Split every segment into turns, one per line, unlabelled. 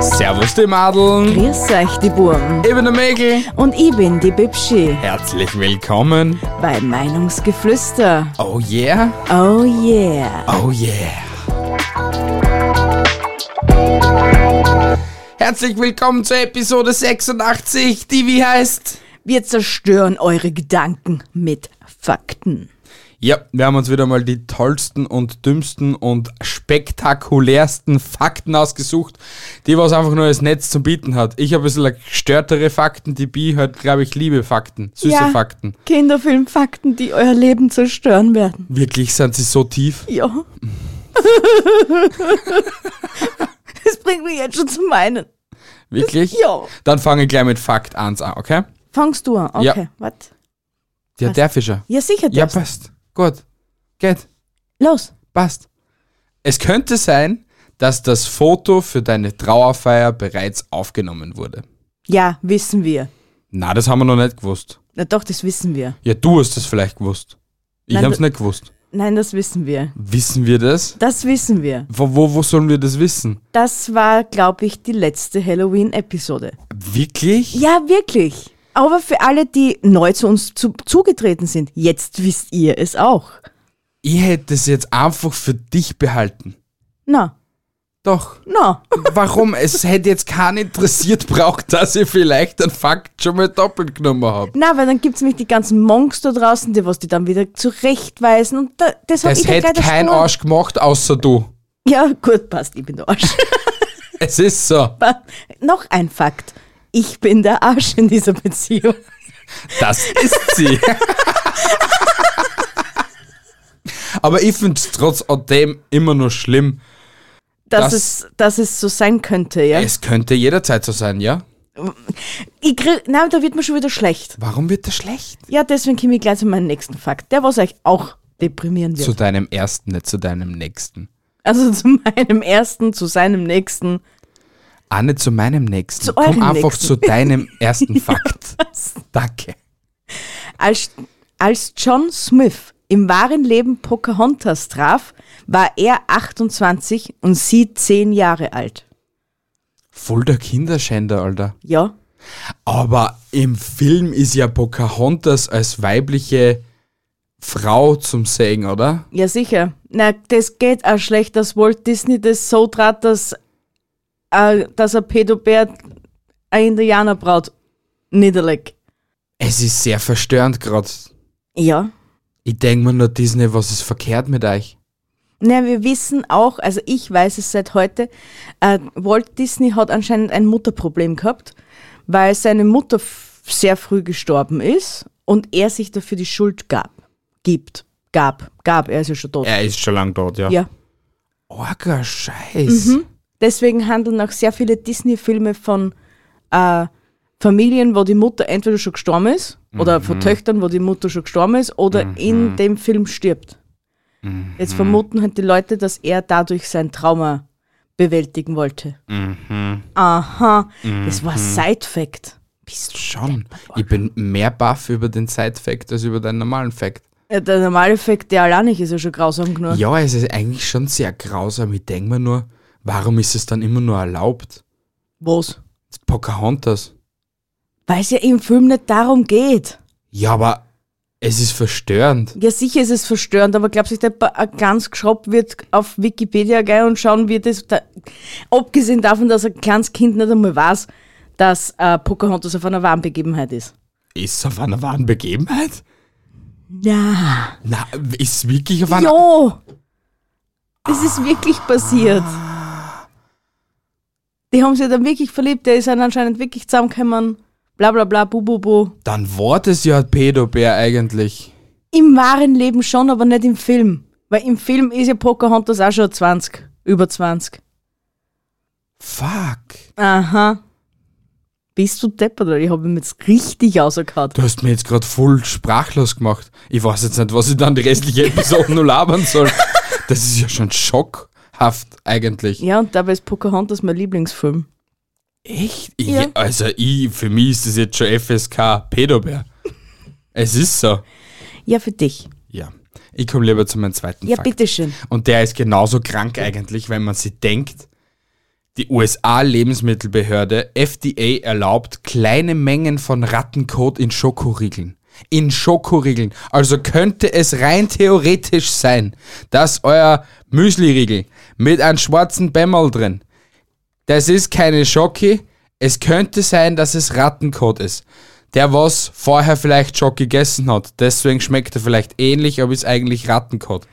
Servus die Madeln,
Grüß euch, die Burm.
ich bin der Mäkel.
Und ich bin die Bibschi
Herzlich willkommen.
bei Meinungsgeflüster.
Oh yeah,
Oh yeah.
oh yeah. Herzlich willkommen zur Episode 86, die wie heißt?
Wir zerstören eure Gedanken mit Fakten.
Ja, wir haben uns wieder mal die tollsten und dümmsten und spektakulärsten Fakten ausgesucht, die was einfach nur das Netz zu bieten hat. Ich habe ein bisschen gestörtere Fakten, die Bi hat, glaube ich, liebe Fakten, süße
ja,
Fakten.
Kinderfilmfakten, die euer Leben zerstören werden.
Wirklich sind sie so tief?
Ja. das bringt mich jetzt schon zum Meinen.
Wirklich?
Ja.
Dann fange ich gleich mit Fakt 1 an, okay?
Fangst du an?
Ja.
Okay, warte.
Ja, der Fischer.
Ja, sicher,
Ja,
ja,
passt. Gut. Geht.
Los.
Passt. Es könnte sein, dass das Foto für deine Trauerfeier bereits aufgenommen wurde.
Ja, wissen wir.
Na, das haben wir noch nicht gewusst.
Na doch, das wissen wir.
Ja, du hast das vielleicht gewusst. Ich
Nein,
hab's
du-
nicht gewusst.
Nein, das wissen wir.
Wissen wir das?
Das wissen wir.
Wo, wo, wo sollen wir das wissen?
Das war, glaube ich, die letzte Halloween-Episode.
Wirklich?
Ja, wirklich. Aber für alle, die neu zu uns zu, zugetreten sind, jetzt wisst ihr es auch.
Ich hätte es jetzt einfach für dich behalten.
Na,
Doch.
na.
Warum? es hätte jetzt keinen interessiert braucht, dass ich vielleicht einen Fakt schon mal doppelt genommen habe.
Na, weil dann gibt's nämlich die ganzen Monks da draußen, die was die dann wieder zurechtweisen. Und da, das hab ich
Das
dann
hätte
gleich
kein
erspart.
Arsch gemacht, außer du.
Ja, gut, passt, ich bin der Arsch.
Es ist so.
Aber noch ein Fakt. Ich bin der Arsch in dieser Beziehung.
Das ist sie. Aber ich finde es trotzdem immer nur schlimm. Das-
Dass, es, dass es so sein könnte, ja.
Es könnte jederzeit so sein, ja?
Ich krieg, nein, da wird mir schon wieder schlecht.
Warum wird das schlecht?
Ja, deswegen komme ich gleich zu meinem nächsten Fakt. Der, was euch auch deprimieren wird.
Zu deinem ersten, nicht zu deinem nächsten.
Also zu meinem ersten, zu seinem nächsten.
Ah, nicht zu meinem nächsten.
Zu
Komm
eurem
einfach
nächsten.
zu deinem ersten Fakt. Danke.
Als, als John Smith im wahren Leben Pocahontas traf, war er 28 und sie 10 Jahre alt.
Voll der Kinderschänder, Alter.
Ja,
Aber im Film ist ja Pocahontas als weibliche Frau zum Sehen, oder?
ja sicher. Na, das geht auch schlecht, dass Walt Disney das so trat, dass, äh, dass ein Pädobär eine Indianerbraut niederlegt.
Es ist sehr verstörend gerade.
Ja.
Ich denke mir nur, Disney, was ist verkehrt mit euch?
Na, wir wissen auch, also ich weiß es seit heute, äh, Walt Disney hat anscheinend ein Mutterproblem gehabt, weil seine Mutter f- sehr früh gestorben ist und er sich dafür die Schuld gab, gibt, gab, gab, er ist ja schon tot.
Er ist schon lang dort, ja. Mhm.
Ja.
Orger Scheiß.
Deswegen handeln auch sehr viele Disney-Filme von äh, Familien, wo die Mutter entweder schon gestorben ist oder von Töchtern, wo die Mutter schon gestorben ist oder in dem Film stirbt. Jetzt vermuten halt die Leute, dass er dadurch sein Trauma bewältigen wollte. Aha, das war Side-Fact. Bist du
Schon. Ich bin mehr baff über den Side-Fact als über den normalen Fact.
Ja, der normale Fact, der allein nicht, ist ja schon grausam genug.
Ja, es ist eigentlich schon sehr grausam. Ich denke mir nur, warum ist es dann immer nur erlaubt?
Was?
Pocahontas.
Weil es ja im Film nicht darum geht.
Ja, aber es ist verstörend.
Ja, sicher ist es verstörend, aber glaubst du, nicht, dass ein ganz geschraubt wird auf Wikipedia gell, und schauen wir das, da, abgesehen davon, dass ein kleines Kind nicht einmal weiß, dass äh, Pocahontas auf einer wahren Begebenheit ist.
Ist es auf einer wahren Begebenheit?
Ja.
Na, ist es wirklich auf einer.
Jo! Das ist wirklich passiert. Die haben sich dann wirklich verliebt, der ist dann anscheinend wirklich zusammengekommen. Bla bla bla, bu bu bu.
Dann war das ja ein Pädobär eigentlich.
Im wahren Leben schon, aber nicht im Film. Weil im Film ist ja Pocahontas auch schon 20, über 20.
Fuck.
Aha. Bist du deppert, oder? Ich habe ihm jetzt richtig rausgehauen.
Du hast mir jetzt gerade voll sprachlos gemacht. Ich weiß jetzt nicht, was ich dann die restliche Episode nur labern soll. Das ist ja schon schockhaft eigentlich.
Ja, und dabei ist Pocahontas mein Lieblingsfilm.
Echt? Ich,
Ja.
Also ich, für mich ist das jetzt schon FSK Pedobär. es ist so.
Ja, für dich.
Ja. Ich komme lieber zu meinem zweiten
Ja,
Fakt.
bitteschön.
Und der ist genauso krank eigentlich, wenn man sich denkt, die USA-Lebensmittelbehörde FDA erlaubt kleine Mengen von Rattenkot in Schokoriegeln. In Schokoriegeln. Also könnte es rein theoretisch sein, dass euer Müsliriegel mit einem schwarzen Bämmerl drin, das ist keine Schoki, es könnte sein, dass es Rattenkot ist. Der, was vorher vielleicht Schoki gegessen hat, deswegen schmeckt er vielleicht ähnlich, aber ist eigentlich Rattenkot.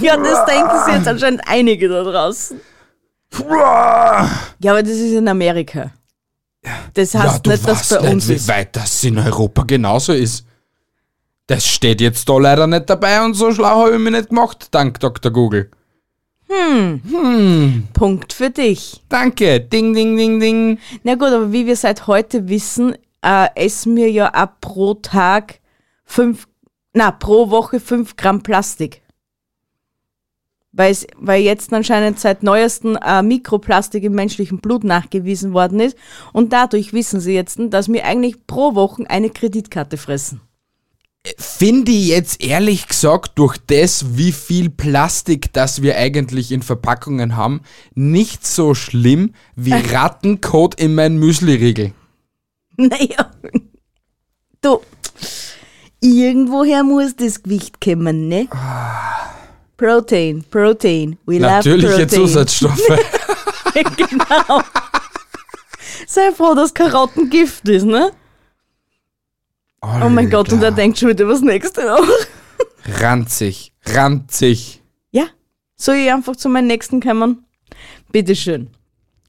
Ja, das denken sich jetzt anscheinend einige da draußen. Ja, aber das ist in Amerika. Das heißt nicht, dass bei
weißt
uns
nicht,
ist.
wie weit das in Europa genauso ist. Das steht jetzt da leider nicht dabei und so schlau habe ich mich nicht gemacht, dank Dr. Google.
Punkt für dich.
Danke, ding, ding, ding, ding.
Na gut, aber wie wir seit heute wissen, äh, essen wir ja ab pro Tag fünf, na, pro Woche fünf Gramm Plastik. Weil, es, weil jetzt anscheinend seit neuesten äh, Mikroplastik im menschlichen Blut nachgewiesen worden ist. Und dadurch wissen sie jetzt, dass wir eigentlich pro Woche eine Kreditkarte fressen.
Finde ich jetzt ehrlich gesagt durch das, wie viel Plastik das wir eigentlich in Verpackungen haben, nicht so schlimm wie Rattenkot in meinen Müsliriegel.
Naja, du, irgendwoher muss das Gewicht kommen, ne? Protein, Protein, we love
Natürliche
Protein.
Zusatzstoffe.
genau. Sei froh, dass Karotten Gift ist, ne? Oh mein Gott, und er denkt schon wieder was nächste nach.
Ranzig, ranzig.
Ja, soll ich einfach zu meinem nächsten kommen? Bitteschön.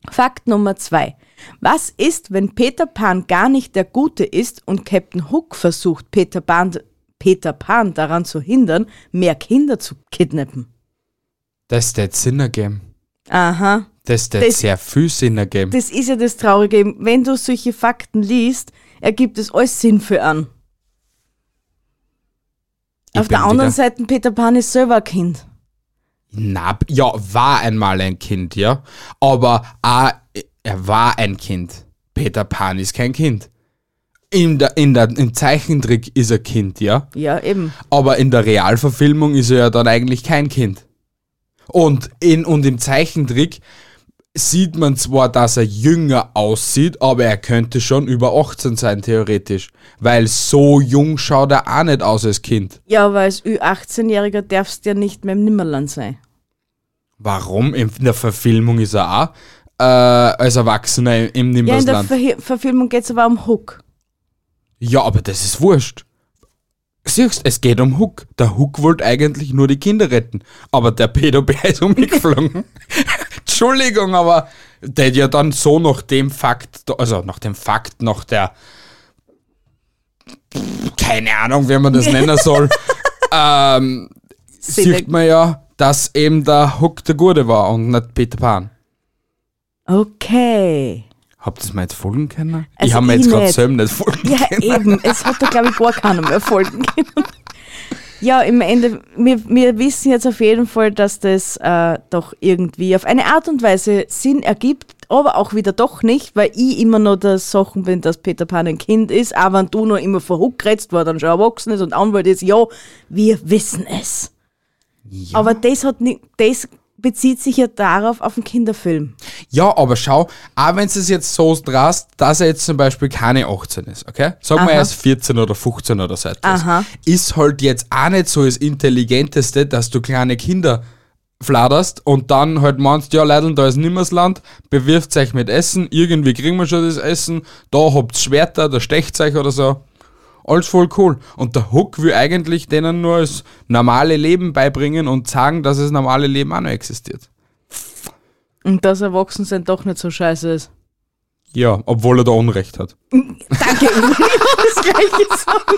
Fakt Nummer zwei. Was ist, wenn Peter Pan gar nicht der Gute ist und Captain Hook versucht, Peter Pan, Peter Pan daran zu hindern, mehr Kinder zu kidnappen?
Das ist der Sinn ergeben.
Aha.
Das hat
Das-
sehr viel Sinn ergeben.
Das ist ja das Traurige. eben. Wenn du solche Fakten liest, ergibt es alles Sinn für an.
Ich
Auf der
bin wieder-
anderen Seite, Peter Pan ist selber ein Kind.
Na, ja, war einmal ein Kind, ja. Aber ah, er war ein Kind. Peter Pan ist kein Kind. In der, in der, Im Zeichentrick ist er Kind, ja.
Ja, eben.
Aber in der Realverfilmung ist er ja dann eigentlich kein Kind. Und, in, und im Zeichentrick sieht man zwar, dass er jünger aussieht, aber er könnte schon über 18 sein, theoretisch. Weil so jung schaut er auch nicht aus als Kind.
Ja, aber als Ü18-Jähriger darfst du ja nicht mehr im Nimmerland sein.
Warum? In der Verfilmung ist er auch äh, als Erwachsener im- im
Ja, in der
Nimmersland. Ja,
Verhe- Verfilmung geht es aber um Hook.
aber das ist wurscht. Siehst, es geht um Hook. Der Hook wollte eigentlich nur die Kinder retten, aber der Pedobär ist umgeflogen. Entschuldigung, aber der hätte ja dann so nach dem Fakt, also nach dem Fakt, nach der keine Ahnung, wie man das nennen soll, ähm, sieht man ja, dass eben der Hook der Gute war und nicht Peter Pan.
Okay.
Habt ihr es mir jetzt folgen können?
Also
ich habe mir
ich
jetzt gerade
nicht.
selber nicht folgen
Ja,
können.
eben. Es hat da, glaube ich, gar keiner mehr Folgen genommen. Ja, im Ende, wir, wir wissen jetzt auf jeden Fall, dass das äh, doch irgendwie auf eine Art und Weise Sinn ergibt, aber auch wieder doch nicht, weil ich immer noch der Sachen bin, dass Peter Pan ein Kind ist, aber wenn du noch immer verhuckretzt, war dann schon erwachsen ist und Anwalt ist, ja, wir wissen es. Aber das, hat ni- das bezieht sich ja darauf, auf den Kinderfilm.
Ja, aber schau, auch wenn du es jetzt so drast, dass er jetzt zum Beispiel keine 18 ist, okay? Sagen wir, er ist 14 oder 15 oder so etwas.
Aha.
Ist halt jetzt auch nicht so das Intelligenteste, dass du kleine Kinder fladerst und dann halt meinst, ja, Leute, da ist Nimmersland, bewirft euch mit Essen, irgendwie kriegen wir schon das Essen, da habt ihr Schwerter, da stecht euch oder so. Alles voll cool. Und der Hook will eigentlich denen nur das normale Leben beibringen und sagen, dass das normale Leben auch noch existiert.
Und dass Erwachsensein doch nicht so scheiße ist.
Ja, obwohl er da Unrecht hat.
Danke, ich hab das gleiche gesagt.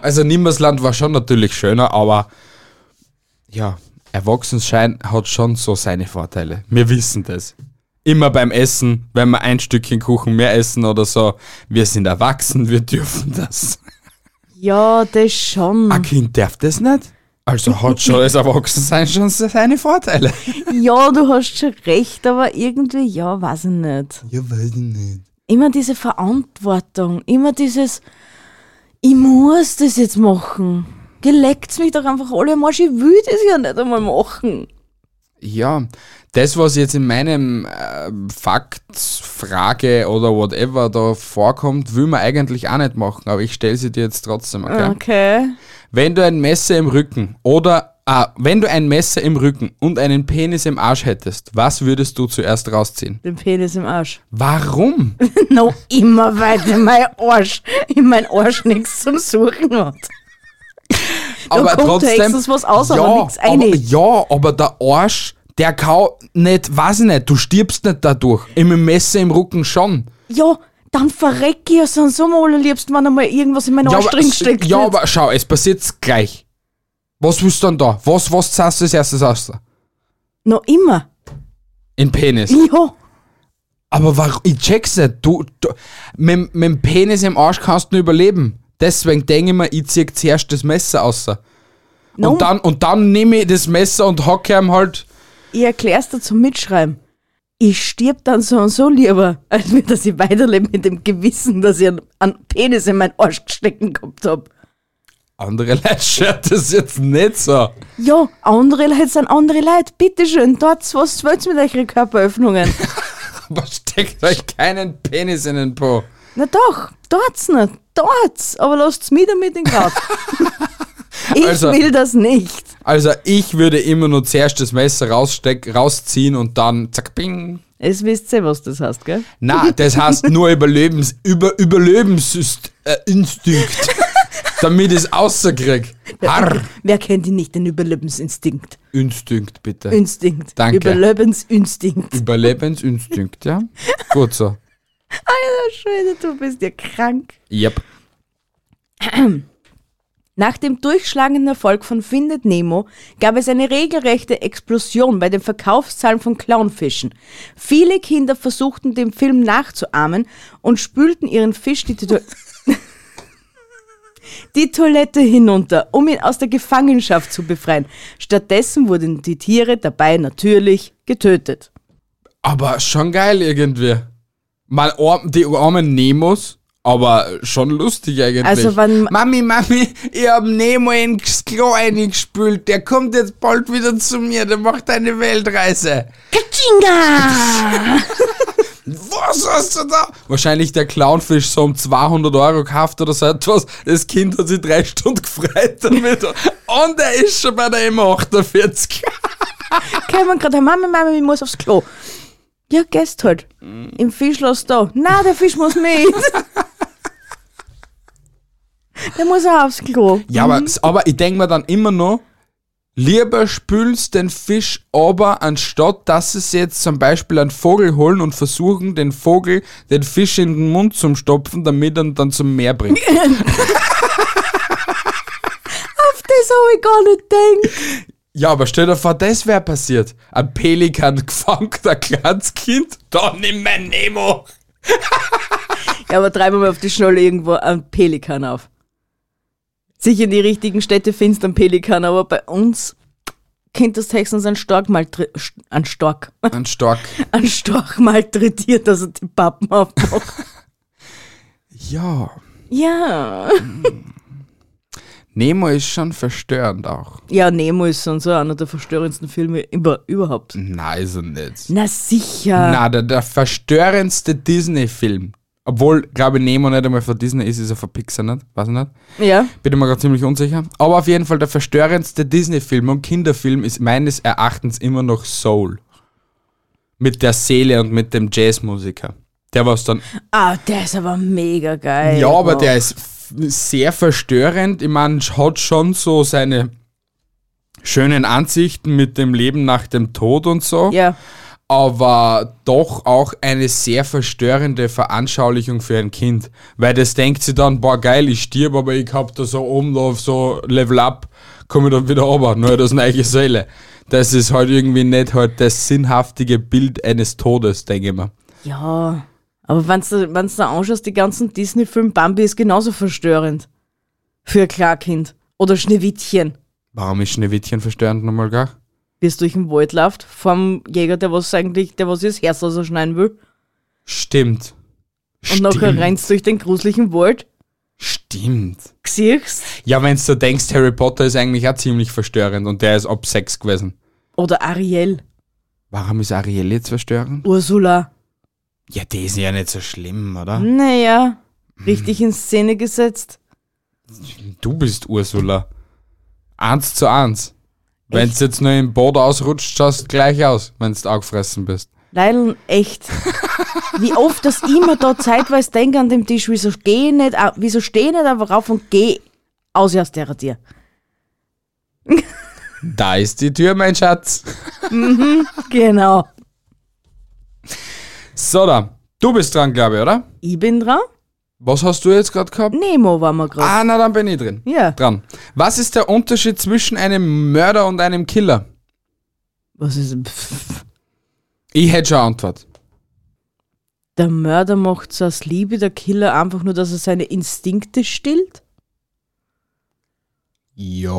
Also Nimmersland war schon natürlich schöner, aber ja, Erwachsenschein hat schon so seine Vorteile. Wir wissen das. Immer beim Essen, wenn wir ein Stückchen Kuchen mehr essen oder so. Wir sind erwachsen, wir dürfen das.
Ja, das schon.
Ein Kind darf das nicht. Also hat schon das Erwachsensein schon seine Vorteile.
Ja, du hast schon recht, aber irgendwie, ja, weiß ich nicht.
Ja, weiß ich nicht.
Immer diese Verantwortung, immer dieses, ich muss das jetzt machen. Geleckt mich doch einfach alle am Arsch, ich will das ja nicht einmal machen.
Ja, das, was jetzt in meinem äh, Fakt, Frage oder whatever da vorkommt, will man eigentlich auch nicht machen, aber ich stelle sie dir jetzt trotzdem, okay?
Okay.
Wenn du ein Messer im Rücken oder ah, wenn du ein Messer im Rücken und einen Penis im Arsch hättest, was würdest du zuerst rausziehen?
Den Penis im Arsch.
Warum?
Noch immer weiter mein Arsch, in mein Arsch nichts zum Suchen hat. kommt höchstens was aus, aber nix rein.
aber, ja, aber der Arsch, der kann nicht, weiß ich nicht, du stirbst nicht dadurch. Im Messer im Rücken schon.
Ja, dann verreck ich ja sonst am allerliebsten, wenn einmal irgendwas in meinen
ja,
Arsch drin steckt.
ja, aber schau, es passiert's gleich. Was willst du denn da? Was, was zahlst du als erstes aus?
Noch immer.
In Penis.
Ja.
Aber warum? Ich check's nicht. Du, du, mit, mit dem Penis im Arsch kannst du nicht überleben. Deswegen denke ich mir, ich zieh zuerst das Messer aus.
No.
Und dann, und dann nehme ich das Messer und hacke ihm halt.
Ich erklär's dir zum Mitschreiben. Ich stirb dann so und so lieber, als mir, dass ich weiterlebe mit dem Gewissen, dass ich einen, einen Penis in meinen Arsch stecken gehabt hab.
Andere Leute schert das jetzt nicht so.
Ja, andere Leute sind andere Leute. Bitteschön, dort, was wollt ihr mit euren Körperöffnungen?
Aber steckt euch keinen Penis in den Po.
Na doch, dort's nicht, dort's. Aber lasst's mich damit in Grad. ich
Also-
will das nicht.
Also ich würde immer nur zuerst das Messer raussteck, rausziehen und dann zack, bing.
Es wisst ihr, was das heißt, gell?
Na, das heißt nur Überlebens, über, Überlebensinstinkt. Äh, Instinkt. damit ich es rauskrieg. Harr.
Wer kennt ihn nicht, den Überlebensinstinkt?
Instinkt, bitte.
Instinkt.
Danke.
Überlebensinstinkt.
Überlebensinstinkt, ja? Gut so.
Alter Schwede, du bist ja krank.
Yep.
Nach dem durchschlagenden Erfolg von Findet Nemo gab es eine regelrechte Explosion bei den Verkaufszahlen von Clownfischen. Viele Kinder versuchten dem Film nachzuahmen und spülten ihren Fisch die, Toil- die Toilette hinunter, um ihn aus der Gefangenschaft zu befreien. Stattdessen wurden die Tiere dabei natürlich getötet.
Aber schon geil irgendwie. Man, die armen Nemos, aber schon lustig eigentlich.
Also wann-
Mami, Mami, ich hab Nemo ins Klo eingespült. Der kommt jetzt bald wieder zu mir. Der macht eine Weltreise. Was hast du da? Wahrscheinlich der Clownfisch so um 200 Euro gekauft oder so etwas. Das Kind hat sich drei Stunden gefreut damit. Und er ist schon bei der M48.
Kann man gerade, Mama, Mama, ich muss aufs Klo. Ja, gehst halt. Im Fischschloss da. Na, der Fisch muss mit. der muss auch aufs Klo.
Ja, aber, aber ich denke mir dann immer noch, lieber spülst den Fisch aber, anstatt dass es jetzt zum Beispiel einen Vogel holen und versuchen, den Vogel, den Fisch in den Mund zu stopfen, damit er ihn dann zum Meer bringt.
Auf das habe ich gar nicht gedacht.
ja, aber stell dir vor, das wäre passiert. Ein Pelikan gefangen, ein kleines Kind, da nimm mein Nemo.
Ja, aber treiben wir mal auf die Schnolle irgendwo einen Pelikan auf. Sicher die richtigen Städte findest du einen Pelikan, aber bei uns könntest du höchstens einen Stork mal tri- st- einen Stork,
Ein Stark.
einen Stork malträtiert, dass er die Pappen aufmacht.
Ja,
ja.
Nemo ist schon verstörend auch.
Ja, Nemo ist sonst auch einer der verstörendsten Filme über, überhaupt.
Nein, ist er nicht.
Na sicher.
Na, der, der verstörendste Disney-Film. Obwohl, glaube ich, Nemo nicht einmal von Disney ist, ist er von Pixar nicht. Weiß ich nicht.
Ja.
Bin ich mir gerade ziemlich unsicher. Aber auf jeden Fall der verstörendste Disney-Film und Kinderfilm ist meines Erachtens immer noch Soul. Mit der Seele und mit dem Jazzmusiker. Der war es dann.
Ah, der ist aber mega geil.
Ja, aber
Wow.
der ist f- sehr verstörend. Ich meine, hat schon so seine schönen Ansichten mit dem Leben nach dem Tod und so.
Ja.
aber doch auch eine sehr verstörende Veranschaulichung für ein Kind. Weil das denkt sie dann, boah geil, ich stirb, aber ich hab da so oben drauf so Level Up, komme ich dann wieder runter, nur das neue Seele. Das ist halt irgendwie nicht halt das sinnhaftige Bild eines Todes, denke ich mir.
Ja, aber wenn du wenn's da anschaust, die ganzen Disney-Filme, Bambi ist genauso verstörend. Für ein Klarkind. Oder Schneewittchen,
Warum ist Schneewittchen verstörend nochmal gar?
wie es durch den Wald läuft, vom Jäger, der was eigentlich, der was ihr das Herz ausschneiden will.
Stimmt.
Und nachher rennst du durch den gruseligen Wald,
Stimmt.
siehst,
Ja, wenn du denkst, Harry Potter ist eigentlich auch ziemlich verstörend und der ist ab 6 gewesen.
oder Ariel,
Warum ist Ariel jetzt verstörend?
Ursula.
Ja, die ist ja nicht so schlimm, oder?
Hm? Naja, richtig in Szene gesetzt.
Du bist Ursula. Eins zu eins. Wenn du jetzt nur im Boden ausrutscht, schaust du gleich aus, wenn du angefressen bist.
Leideln, echt. Wie oft das immer da zeitweise denke an dem Tisch, wieso geh nicht, au- wieso steh nicht einfach rauf und geh aus aus der Tür.
Da ist die Tür, mein Schatz.
Genau.
So, da. Du bist dran, glaube ich, oder?
Ich bin dran.
Was hast du jetzt gerade gehabt?
Nemo waren wir gerade.
Ah, na, dann bin ich drin.
Ja.
Dran. Was ist der Unterschied zwischen einem Mörder und einem Killer?
Was ist. Pff.
Ich hätte schon eine Antwort.
Der Mörder macht's aus Liebe, der Killer einfach nur, dass er seine Instinkte stillt.
Ja,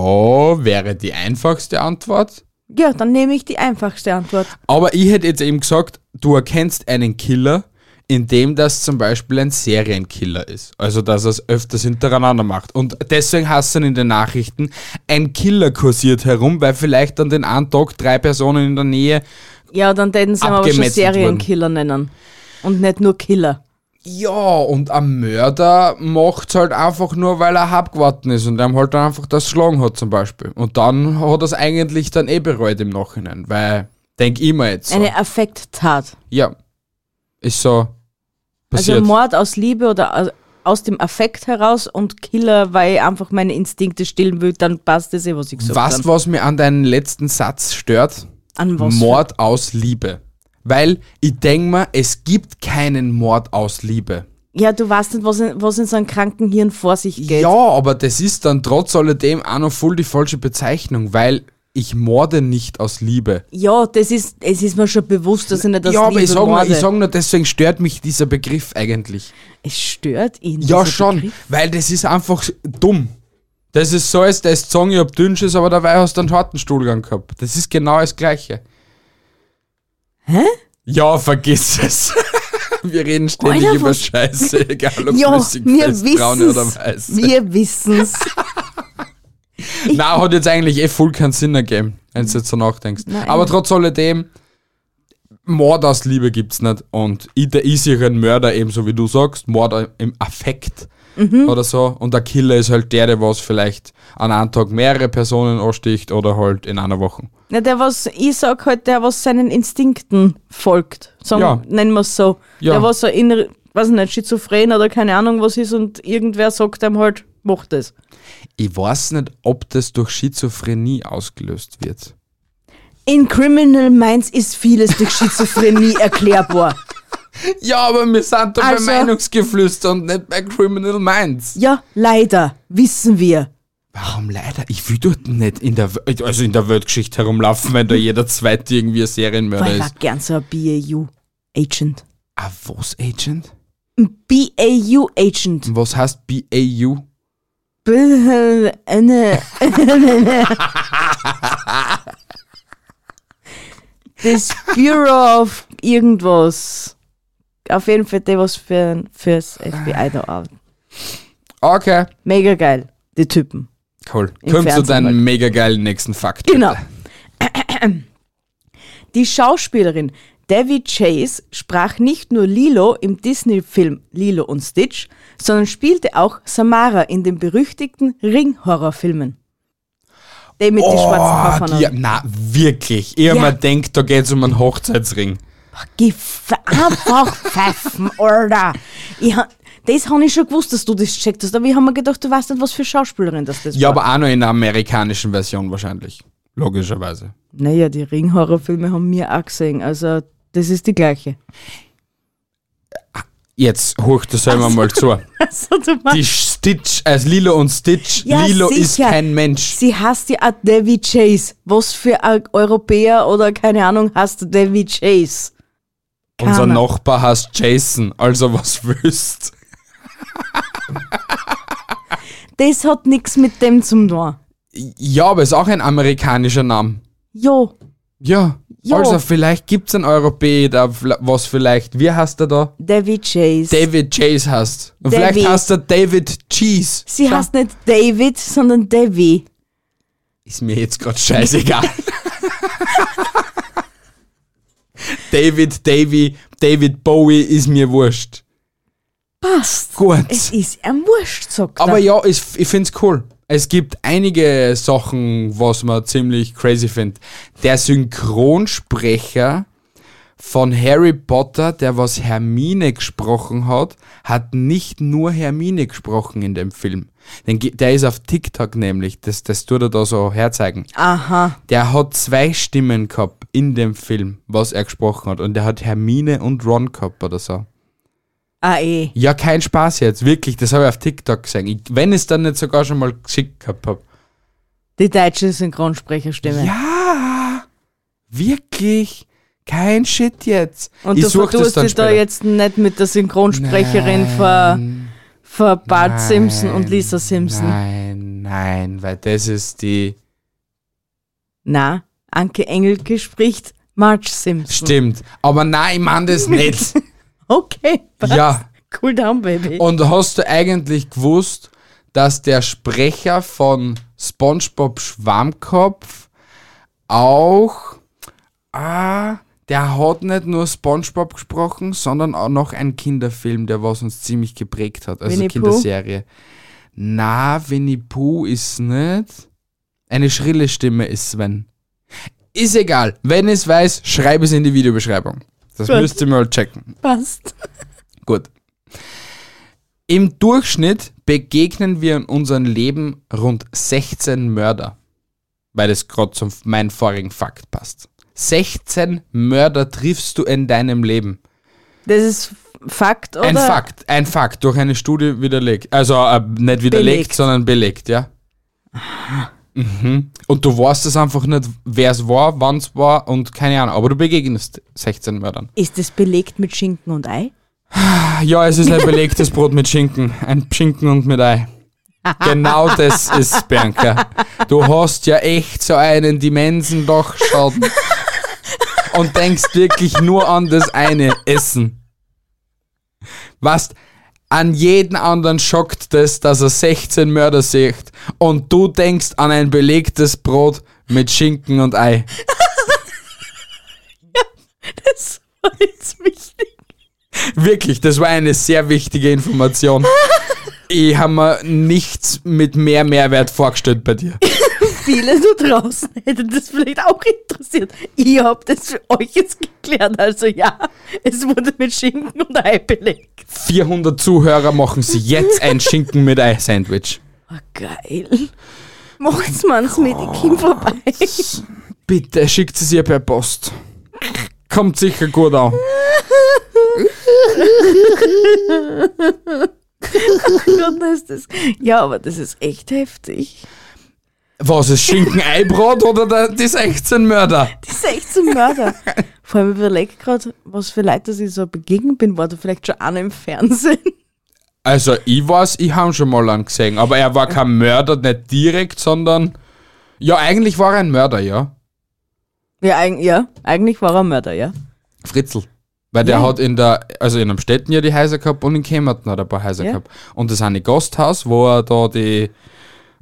wäre die einfachste Antwort.
Ja, dann nehme ich die einfachste Antwort.
Aber ich hätte jetzt eben gesagt, du erkennst einen Killer, indem das zum Beispiel ein Serienkiller ist. Also, dass er es öfters hintereinander macht. Und deswegen hast du in den Nachrichten, ein Killer kursiert herum, weil vielleicht an den einen Tag drei Personen in der Nähe.
Ja, dann täten sie ihn aber schon
Abgemetzelt
Serienkiller nennen. Und nicht nur Killer.
Ja, und ein Mörder macht's halt einfach nur, weil er abgewarten ist und einem halt dann einfach das geschlagen hat zum Beispiel. Und dann hat er es eigentlich dann eh bereut im Nachhinein, weil, denk ich mir jetzt so.
Eine Affekttat.
ja. Ist so passiert.
Also Mord aus Liebe oder aus- aus dem Affekt heraus und Killer, weil ich einfach meine Instinkte stillen will, dann passt das eh, was ich gesagt
Was,
habe.
was mir an deinem letzten Satz stört,
An was? für-
Mord aus Liebe. Weil ich denke mal, es gibt keinen Mord aus Liebe.
Ja, du weißt nicht, was in, was in so einem kranken Hirn vor sich geht.
Ja, aber das ist dann trotz alledem auch noch voll die falsche Bezeichnung, weil ich morde nicht aus Liebe.
Ja, das ist, es ist mir schon bewusst, dass ich nicht das
ja, aber
Liebe
ich sag, nur,
morde.
ich sag nur, deswegen stört mich dieser Begriff eigentlich.
Es stört ihn.
Ja,
dieser
schon,
Begriff.
weil das ist einfach dumm. Das ist so, als das sagen, ich hab Dünnsches, aber dabei hast du einen harten Stuhlgang gehabt. Das ist genau das Gleiche.
Hä?
Ja, vergiss es. Wir reden ständig
Alter,
über
was-
Scheiße, egal ob
Ja,
flüssig,
wir
fest, braun oder weiß.
wissen's. Wir wissen's.
Na, hat jetzt eigentlich eh voll keinen Sinn ergeben, wenn du jetzt so nachdenkst.
Nein.
Aber trotz alledem, Mord aus Liebe gibt's nicht. Und ich, der ist ja ein Mörder, ebenso wie du sagst, Mord im Affekt
Mhm.
oder so. Und der Killer ist halt der, der was vielleicht an einem Tag mehrere Personen ansticht oder halt in einer Woche.
Na, der was, ich sag halt, der was seinen Instinkten folgt. Sagen,
Ja.
Nennen wir es so.
Ja.
Der was so innere, weiß nicht, schizophren oder keine Ahnung was ist und irgendwer sagt einem halt, mach das.
Ich weiß nicht, ob das durch Schizophrenie ausgelöst wird.
In Criminal Minds ist vieles durch Schizophrenie erklärbar.
Ja, aber wir sind doch
Also-
bei Meinungsgeflüster und nicht bei Criminal Minds.
Ja, leider, wissen wir.
Warum leider? Ich will dort nicht in der, Wel- also in der Weltgeschichte herumlaufen, wenn da jeder zweite irgendwie ein Serienmörder
Weil war
ist.
gern so ein BAU-Agent.
Ah, was Agent?
Ein BAU-Agent.
Was heißt BAU?
Das Bureau of irgendwas. Auf jeden Fall der, was für, fürs FBI da arbeitet.
Okay.
Mega geil, die Typen.
Cool.
Im
Komm zu
Fernsehen halt.
deinem mega geilen nächsten Fakt.
Genau.
bitte.
Die Schauspielerin Devi Chase sprach nicht nur Lilo im Disney-Film Lilo und Stitch, sondern spielte auch Samara in den berüchtigten Ring-Horrorfilmen. Der mit den schwarzen Koffern.
Ah,
an.
ja, na, wirklich. Ich hab
Ja.
mir gedacht, da geht's um einen Hochzeitsring.
Geh f- einfach pfeifen, Alter. Ich ha, das habe ich schon gewusst, dass du das gecheckt hast, aber ich habe mir gedacht, du weißt nicht, was für Schauspielerin das, das
Ja,
war.
aber auch noch in der amerikanischen Version wahrscheinlich. Logischerweise.
Naja, die Ringhorrorfilme haben wir auch gesehen, also das ist die gleiche.
Jetzt hoch das selber mal zu.
Also, du meinst,
Die Stitch, als Lilo und Stitch.
Ja,
Lilo
sicher.
ist kein Mensch.
sie hasst ja auch Davy Chase. Was für ein Europäer oder keine Ahnung hasst Davy Chase?
Unser
keiner.
Nachbar heißt Jason, also was wüsst.
Das hat nichts mit dem zum tun.
Ja, aber ist auch ein amerikanischer Name.
Jo,
Ja.
Ja.
Also vielleicht gibt's einen Europäer, der vla- was vielleicht. Wie heißt der da?
Davy Chase.
David Chase heißt. Und
David.
vielleicht heißt er David Cheese.
sie heißt nicht David, sondern Davy.
Ist mir jetzt gerade scheißegal. David, Davy, David Bowie ist mir wurscht.
Passt.
Gut.
Es ist ein Wurscht, sagt
Aber
er.
ja, es, ich find's cool. Es gibt einige Sachen, was man ziemlich crazy findet. Der Synchronsprecher von Harry Potter, der was Hermine gesprochen hat, hat nicht nur Hermine gesprochen in dem Film. Den, ge- der ist auf TikTok nämlich, das, das tut er da so herzeigen.
Aha.
Der hat zwei Stimmen gehabt in dem Film, was er gesprochen hat. Und der hat Hermine und Ron gehabt oder so.
Ah, eh.
Ja, kein Spaß jetzt, wirklich. Das habe ich auf TikTok gesehen. Ich, wenn ich es dann nicht sogar schon mal geschickt gehabt habe.
Die deutsche Synchronsprecherstimme.
Ja, wirklich. Kein Shit jetzt.
Und
ich
du
such das
vertust
dann
dich da
später.
jetzt nicht mit der Synchronsprecherin ver, ver Bart Simpson und Lisa Simpson.
Nein, nein, weil das ist die.
Na, Anke Engelke spricht Marge Simpson.
Stimmt. Aber nein, ich meine das nicht.
Okay, passt.
ja. Oh.
Cool down, Baby.
Und hast du eigentlich gewusst, dass der Sprecher von SpongeBob Schwammkopf auch. Ah, der hat nicht nur SpongeBob gesprochen, sondern auch noch einen Kinderfilm, der was uns ziemlich geprägt hat. Also
Winnie Pooh?
Kinderserie. Na, Winnie Pooh ist nicht. Eine schrille Stimme ist Sven. Ist egal. Wenn es weiß, schreibe es in die Videobeschreibung. Das
Gut.
müsst ihr mal checken.
passt.
Gut. Im Durchschnitt begegnen wir in unserem Leben rund 16 Mörder, weil das gerade zum meinem vorigen Fakt passt. 16 Mörder triffst du in deinem Leben.
Das ist Fakt, oder?
Ein Fakt, ein Fakt, durch eine Studie widerlegt. Also äh, nicht widerlegt,
Belegt.
sondern belegt, ja. Mhm. Und du weißt es einfach nicht, wer es war, wann es war und keine Ahnung. Aber du begegnest 16 Mördern.
Ist das belegt mit Schinken und Ei?
Ja, es ist ein belegtes Brot mit Schinken. Ein Schinken und mit Ei. Genau das ist Bianca. Du hast ja echt so einen Dimensen doch schon. Und denkst wirklich nur an das eine Essen. Was an jeden anderen schockt das, dass er 16 Mörder sieht. Und du denkst an ein belegtes Brot mit Schinken und Ei.
Das war jetzt wichtig.
Wirklich, das war eine sehr wichtige Information. Ich habe mir nichts mit mehr Mehrwert vorgestellt bei dir.
Viele da draußen hätten das vielleicht auch interessiert. Ich habe das für euch jetzt geklärt. Also ja, es wurde mit Schinken und Ei belegt.
400 Zuhörer machen sie jetzt ein Schinken mit Ei-Sandwich.
Oh, geil. Macht's man's mit, ich komm vorbei.
Bitte schickt es ihr per Post. Kommt sicher gut an.
Gott, ist das. Ja, aber das ist echt heftig.
Was ist Schinken-Ei-Brot oder der- die 16 Mörder?
Die 16 Mörder. Vor allem überlege ich gerade, was für Leute dass ich so begegnet bin. War da vielleicht schon einer im Fernsehen?
Also, ich weiß, ich habe schon mal einen gesehen, aber er war kein Mörder, nicht direkt, sondern. Ja, eigentlich war er ein Mörder, ja.
Ja, eig ja eigentlich war er ein Mörder, ja.
Fritzl. Weil der
Ja.
hat in der, also in Amstetten ja die Häuser gehabt und in Kemmerten hat er ein paar Häuser
Ja.
gehabt. Und das eine Gasthaus, wo er da die,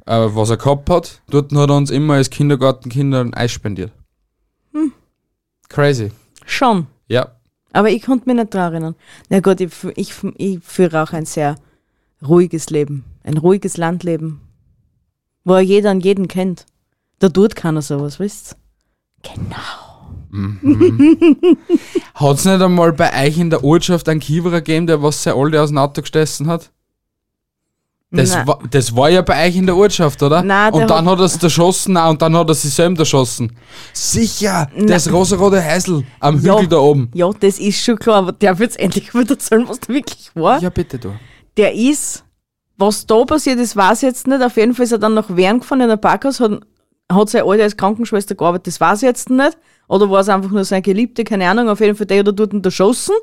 äh, was er gehabt hat, dort hat er uns immer als Kindergartenkinder ein Eis spendiert.
Hm.
Crazy.
Schon.
Ja.
Aber ich konnte mich nicht daran erinnern. Na gut, ich, fü- ich, fü- ich führe auch ein sehr ruhiges Leben. Ein ruhiges Landleben. Wo jeder an jeden kennt. Da tut keiner sowas, wisst ihr? Genau.
Hat es nicht einmal bei euch in der Ortschaft einen Kiewerer gegeben, der was sehr alte aus dem Auto gestessen hat? Das,
Nein.
war, das war ja bei euch in der Ortschaft, oder?
Nein, der
und dann
hat-
hat er es erschossen auch, und dann hat er sich selbst erschossen. Sicher, das rosarote Häusl am Hügel da oben.
Ja, das ist schon klar, aber darf ich jetzt endlich mal erzählen, was da wirklich war?
Ja, bitte du.
Der ist, was da passiert ist, weiß ich jetzt nicht. Auf jeden Fall ist er dann nach Wern gefahren in ein Parkhaus, hat, hat seine Alte als Krankenschwester gearbeitet, das weiß ich jetzt nicht. Oder war es einfach nur sein Geliebte, keine Ahnung. Auf jeden Fall, der hat er dort unterschossen.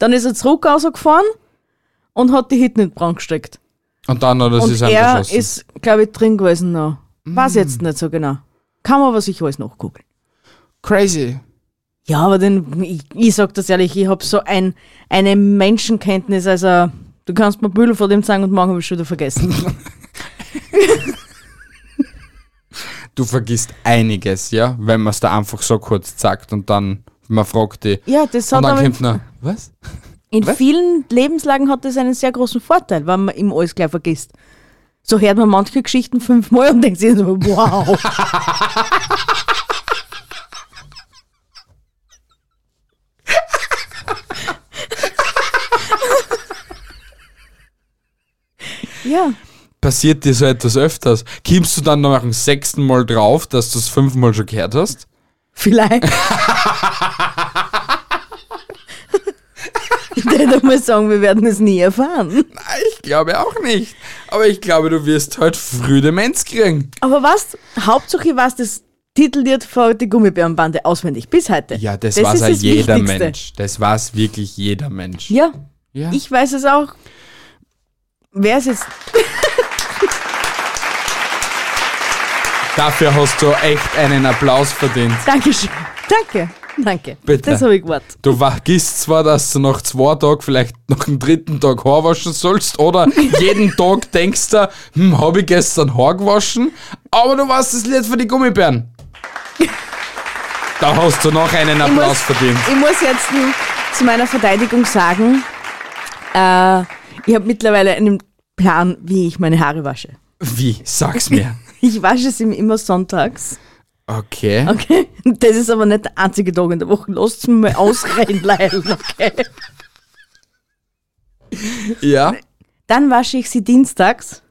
Dann ist er zurück rausgefahren und hat die Hitten in den Brand gesteckt.
Und dann hat er sich
und
selbst
er
erschossen.
ist, glaube ich, drin gewesen noch. Weiß ich jetzt nicht so genau. Kann man aber sich alles nachgucken.
crazy.
Ja, aber den, ich, ich sag das ehrlich, ich hab so ein, eine Menschenkenntnis, also du kannst mir Büdel vor dem sagen und morgen hab ich schon wieder vergessen.
Du vergisst einiges, ja, wenn man es da einfach so kurz sagt und dann man fragt die.
Ja, das
und
hat
dann
aber in,
kommt noch, was?
in vielen Lebenslagen hat das einen sehr großen Vorteil, wenn man ihm alles gleich vergisst. So hört man manche Geschichten fünfmal und denkt sich so, wow. ja.
Passiert dir so etwas öfters? Kimmst du dann nach dem sechsten Mal drauf, dass du es fünfmal schon gehört hast?
Vielleicht. ich würde mal sagen, wir werden es nie erfahren.
Ich glaube auch nicht. Aber ich glaube, du wirst heute früh Demenz kriegen.
Aber was? Hauptsache war es das Titellied von die Gummibärenbande auswendig bis heute.
Ja, das, weiß ja
das
jeder
Wichtigste.
Mensch. Das weiß wirklich jeder Mensch.
Ja,
Ja.
ich weiß es auch. Wer ist jetzt?
Dafür hast du echt einen Applaus verdient.
Dankeschön. Danke. Danke.
Bitte.
Das habe ich gewartet.
Du vergisst zwar, dass du nach zwei Tagen, vielleicht nach dem dritten Tag Haar waschen sollst, oder jeden Tag denkst du, hm, habe ich gestern Haar gewaschen, aber du weißt das Lied für die Gummibären. Da hast du noch einen
Ich
Applaus
muss,
verdient.
ich muss jetzt n- zu meiner Verteidigung sagen, äh, ich habe mittlerweile einen Plan, wie ich meine Haare wasche.
Wie? Sag's mir.
Ich wasche sie mir immer sonntags.
Okay.
Okay. Das ist aber nicht der einzige Tag in der Woche. Lasst mich mal ausreden, Leil, okay?
Ja.
Dann wasche ich sie dienstags.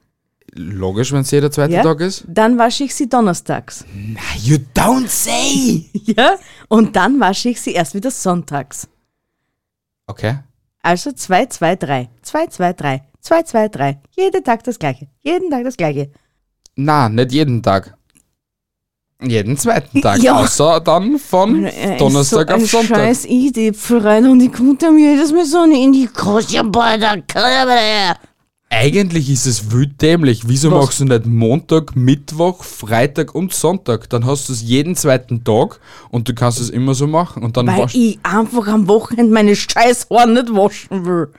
Logisch, wenn es jeder zweite
Ja?
Tag ist.
Dann wasche ich sie donnerstags.
You don't say!
Ja. Und dann wasche ich sie erst wieder sonntags.
Okay.
Also 2, 2, 3. 2, 2, 3. 2, 2, 3. Jeden Tag das Gleiche. Jeden Tag das Gleiche.
Na, nicht jeden Tag. Jeden zweiten Tag.
Ja.
Außer dann von
Er Äh, ist
Äh, Donnerstag
so
auf
ein
Sonntag.
Scheiß Idee rein und ich konnte mir jedes Mal so eine in die Kosche
Eigentlich ist es wild dämlich. Wieso
Was?
machst du nicht Montag, Mittwoch, Freitag und Sonntag? Dann hast du es jeden zweiten Tag und du kannst es immer so machen. Und dann
Weil
waschst
ich einfach am Wochenende meine scheiß Haare nicht waschen will.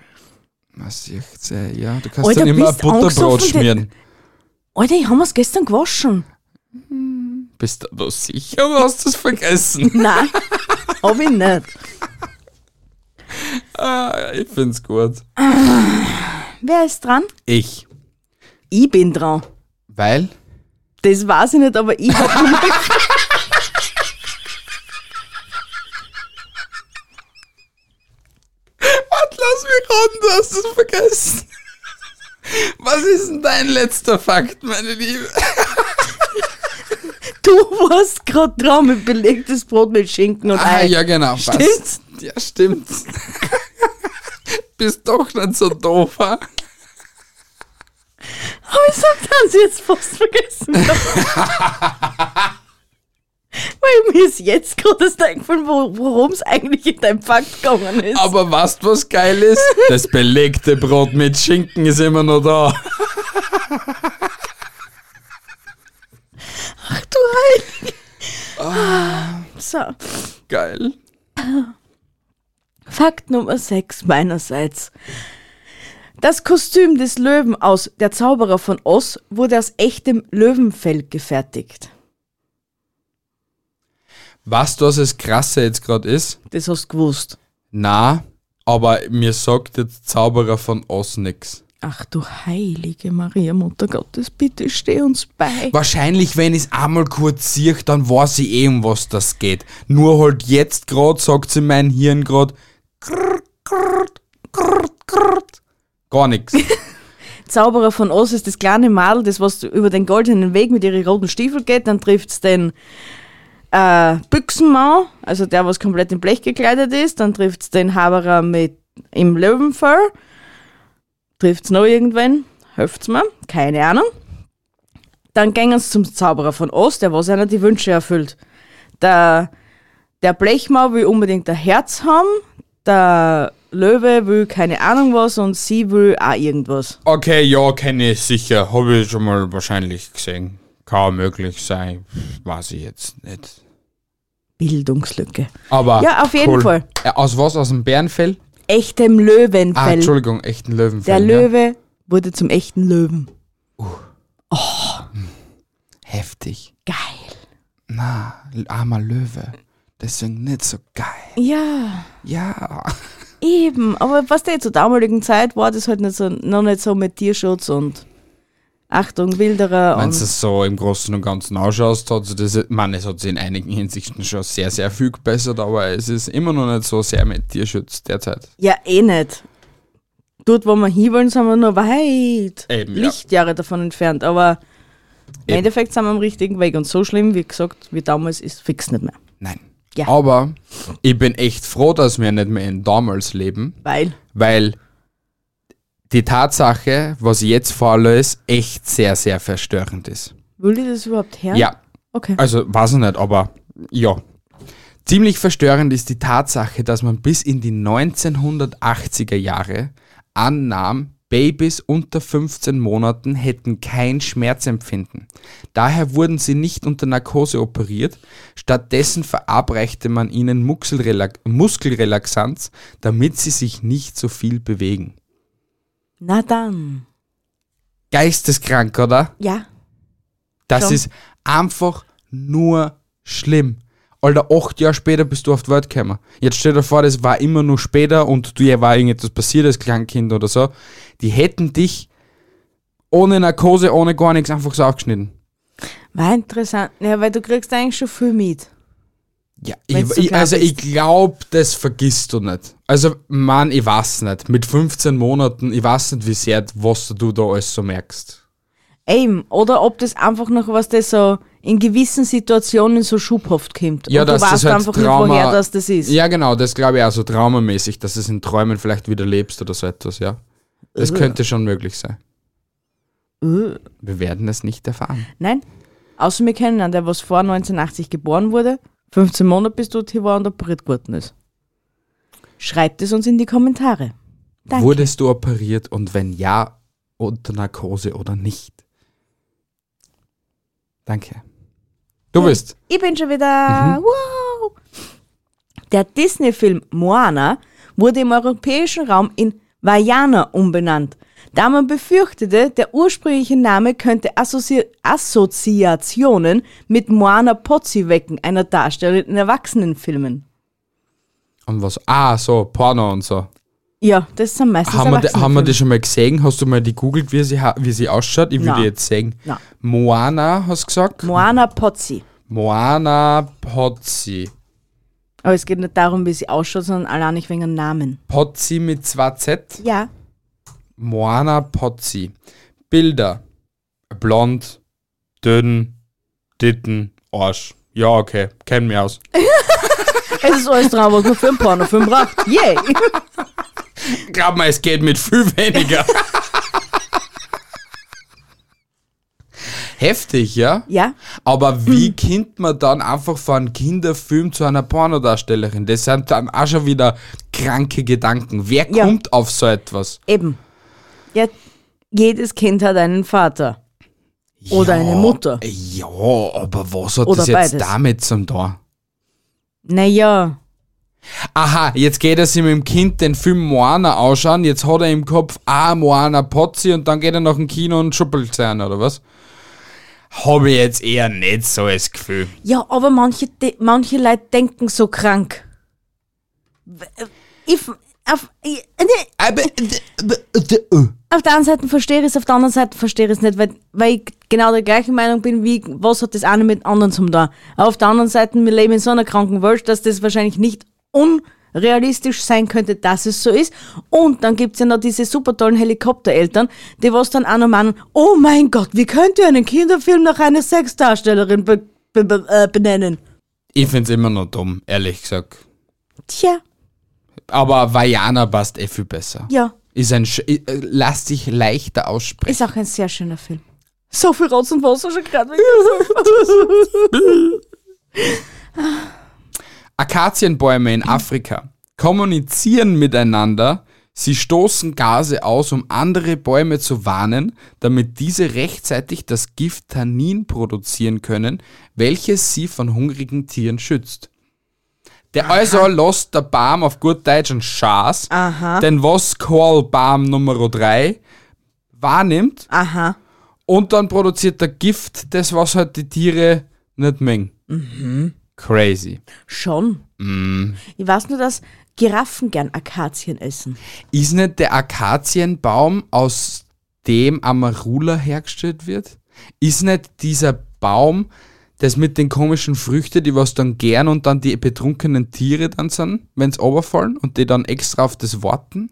du. Ja, du kannst
Alter,
dann immer ein
bist du
Butterbrot
angesoffen, der-
schmieren.
Alter, ich habe es gestern gewaschen.
Bist du da sicher oder hast du es vergessen?
Nein, habe ich nicht.
ah, ich find's gut.
Wer ist dran?
Ich.
Ich bin dran.
Weil?
Das weiß ich nicht, aber ich hab nur mal-
Gott, lass mich ran, du hast es vergessen. Was ist denn dein letzter Fakt, meine Liebe?
Du warst gerade dran mit belegtes Brot mit Schinken und
Ah,
Ei.
ja, genau. Passt.
Stimmt's?
Ja, stimmt. Bist doch nicht so doof. ha?
Aber ich sag, das haben sie jetzt fast vergessen. Weil mir ist jetzt gerade das eingefallen, wo- worum es eigentlich in deinem Fakt gegangen ist.
Aber weißt du, was geil ist? Das belegte Brot mit Schinken ist immer noch da.
Ach du Heilige.
Ah.
So,
Geil.
Fakt Nummer 6 meinerseits. Das Kostüm des Löwen aus Der Zauberer von Oz wurde aus echtem Löwenfell gefertigt.
Weißt du, was das Krasse jetzt gerade ist?
Das hast du gewusst.
Na, aber mir sagt jetzt Zauberer von Oz nix.
Ach du heilige Maria, Mutter Gottes, bitte steh uns bei.
Wahrscheinlich, wenn ich es einmal kurz sehe, dann weiß ich eh, um was das geht. Nur halt jetzt gerade sagt sie mein Hirn gerade. Gar nichts.
Zauberer von Oz ist das kleine Madel, das was über den goldenen Weg mit ihren roten Stiefeln geht, dann trifft es den äh, Büchsenmann, also der, was komplett in Blech gekleidet ist, dann trifft es den Haberer mit im Löwenfell, trifft es noch irgendwen, hilft's mir, keine Ahnung. Dann gehen sie zum Zauberer von Oz, der was einer die Wünsche erfüllt. Der, der Blechmau will unbedingt ein Herz haben, der Löwe will keine Ahnung was und sie will auch irgendwas.
Okay, ja, kenne ich sicher. Habe ich schon mal wahrscheinlich gesehen. Kann möglich sein. Weiß ich jetzt nicht.
Bildungslücke.
Aber
Ja, auf jeden Fall.
Äh, Aus was? Aus dem Bärenfell?
Echtem
Ah,
Löwenfell.
Entschuldigung, echten
der
Löwenfell. ne? Ja.
Löwe wurde zum echten Löwen.
Heftig.
Geil.
Na, armer Löwe. Deswegen nicht so geil.
Ja,
Ja.
eben. Aber was der zur damaligen Zeit war, das halt nicht so, noch nicht so mit Tierschutz und Achtung, Wilderer
Meinst du,
und
es so im Großen und Ganzen ausschaust, hat sich das, man, es hat sich in einigen Hinsichten schon sehr, sehr viel gebessert, aber es ist immer noch nicht so sehr mit Tierschutz derzeit.
Ja, eh nicht. Dort, wo wir hinwollen, sind wir noch weit.
Eben, ja.
Lichtjahre davon entfernt, aber im
Eben.
Endeffekt sind wir am richtigen Weg. Und so schlimm, wie gesagt, wie damals, ist fix nicht mehr.
Nein.
Ja.
Aber ich bin echt froh, dass wir nicht mehr in damals leben,
Weil
weil die Tatsache, was jetzt vor allem ist, echt sehr, sehr verstörend ist.
will ich das überhaupt her?
Ja,
Okay.
also weiß ich nicht, aber ja. Ziemlich verstörend ist die Tatsache, dass man bis in die 1980er Jahre annahm, Babys unter 15 Monaten hätten kein Schmerzempfinden. Daher wurden sie nicht unter Narkose operiert, stattdessen verabreichte man ihnen Muxelrela- Muskelrelaxanz, damit sie sich nicht so viel bewegen.
Na dann.
Geisteskrank, oder?
Ja.
Das
Schon.
ist einfach nur schlimm. Alter, acht Jahre später bist du auf die Welt gekommen. Jetzt stell dir vor, das war immer nur später und dir war irgendetwas passiert als Kleinkind oder so. Die hätten dich ohne Narkose, ohne gar nichts einfach so aufgeschnitten.
War interessant. Ja, weil du kriegst eigentlich schon viel mit.
Ja,
Wenn's
ich,
so
ich,
klar
also
bist.
ich glaube, das vergisst du nicht. Also, Mann, ich weiß nicht. Mit 15 Monaten, ich weiß nicht, wie sehr, was du da alles so merkst.
Eben. Oder ob das einfach noch was, das so in gewissen Situationen so schubhaft kommt.
Ja,
Und du
dass das
weißt
halt
einfach
Trauma,
nicht, woher das, das ist.
Ja, genau, das glaube ich auch so traumamäßig, dass es in Träumen vielleicht wieder lebst oder so etwas, ja.
Also
Das könnte schon möglich sein. Wir werden es nicht erfahren.
Äh. Nein. Außer wir kennen einen, der was vor 1980 geboren wurde, 15 Monate bis dort hier war und operiert worden ist. Schreibt es uns in die Kommentare. Danke.
Wurdest du operiert und wenn ja, unter Narkose oder nicht? Danke. Du bist.
Ich bin schon
Mhm.
wieder. Wow! Der Disney-Film Moana wurde im europäischen Raum in Vajana umbenannt, da man befürchtete, der ursprüngliche Name könnte Assozi Assoziationen mit Moana Pozzi wecken, einer Darstellerin in Erwachsenenfilmen.
Und was? Ah, so, Porno und so.
Ja, das sind meistens
Haben wir, die- haben wir
Erwachsenenfilme.
die schon mal gesehen? Hast du mal die googelt, wie sie, ha- wie sie ausschaut? Ich würde
Nein.
jetzt sagen.
Nein.
Moana, hast du gesagt?
Moana Pozzi.
Moana Pozzi.
Aber es geht nicht darum, wie sie ausschaut, sondern allein nicht wegen dem Namen.
Pozzi mit 2Z.
Ja.
Moana Pozzi. Bilder. Blond, dünn, Titten, Arsch. Ja, okay. Kennen wir aus.
Es ist alles dran, was man für einen Pornofilm braucht. Yay!
Glaub mal, es geht mit viel weniger. Heftig, ja?
Ja.
Aber wie kommt man dann einfach von Kinderfilm zu einer Pornodarstellerin? Das sind dann auch schon wieder kranke Gedanken. Wer
Ja.
kommt auf so etwas?
Eben. Ja, jedes Kind hat einen Vater. Oder
ja,
eine Mutter.
Ja, aber was hat
Oder
das jetzt
beides.
damit zum Tor?
Naja,
Aha, jetzt geht er sich mit dem Kind den Film Moana ausschauen, jetzt hat er im Kopf, ah, Moana Pozzi und dann geht er nach dem Kino und schuppelt sein, oder was? Habe ich jetzt eher nicht so das Gefühl.
ja, aber manche, de- manche Leute denken so krank. W- äh, Ich, auf, ich, äh, nee,
Aber,
auf der einen Seite verstehe ich es, auf der anderen Seite verstehe ich es nicht, weil, weil ich genau der gleichen Meinung bin, wie was hat das eine mit dem anderen zum da. Auf der anderen Seite, wir leben in so einer kranken Welt, dass das wahrscheinlich nicht un, realistisch sein könnte, dass es so ist. Und dann gibt's ja noch diese super tollen Helikoptereltern, die was dann auch noch meinen, oh mein Gott, wie könnt ihr einen Kinderfilm nach einer Sexdarstellerin be be be äh, benennen?
Ich find's immer noch dumm, ehrlich gesagt.
Tja,
Aber Vajana passt eh viel besser.
ja,
Ist ein, sch- äh, lass dich leichter aussprechen.
ist auch ein sehr schöner Film. So viel Rotz und Wasser schon gerade.
Akazienbäume in Afrika kommunizieren miteinander. Sie stoßen Gase aus, um andere Bäume zu warnen, damit diese rechtzeitig das Gift Tannin produzieren können, welches sie von hungrigen Tieren schützt. Der also lässt der Baum auf gut Deutsch einen Schaß,
Aha.
den was call Baum Nummer 3 wahrnimmt
Aha.
und dann produziert der Gift das, was halt die Tiere nicht mengen. Crazy.
Schon.
Mhm.
Ich weiß nur, dass Giraffen gern Akazien essen.
Ist nicht der Akazienbaum, aus dem Amarula hergestellt wird? Ist nicht dieser Baum, das mit den komischen Früchten, die was dann gern und dann die betrunkenen Tiere dann sind, wenn sie runterfallen und die dann extra auf das warten?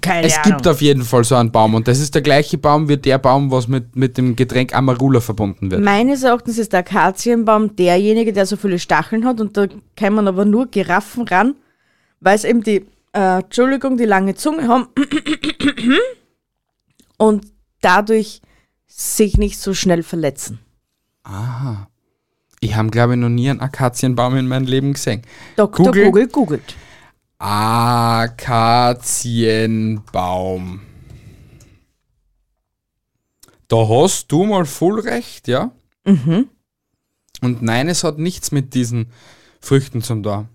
Keine
Es gibt auf jeden Fall so einen Baum und das ist der gleiche Baum wie der Baum, was mit, mit dem Getränk Amarula verbunden wird.
Meines Erachtens ist der Akazienbaum derjenige, der so viele Stacheln hat und da kann man aber nur Giraffen ran, weil es eben die, äh, Entschuldigung, die lange Zunge haben und dadurch sich nicht so schnell verletzen.
Ich habe, glaube ich, noch nie einen Akazienbaum in meinem Leben gesehen.
Dr.
Google?
Google, Google googelt.
Akazienbaum. Da hast du mal voll recht, ja?
Mhm.
Und nein, es hat nichts mit diesen Früchten zum da.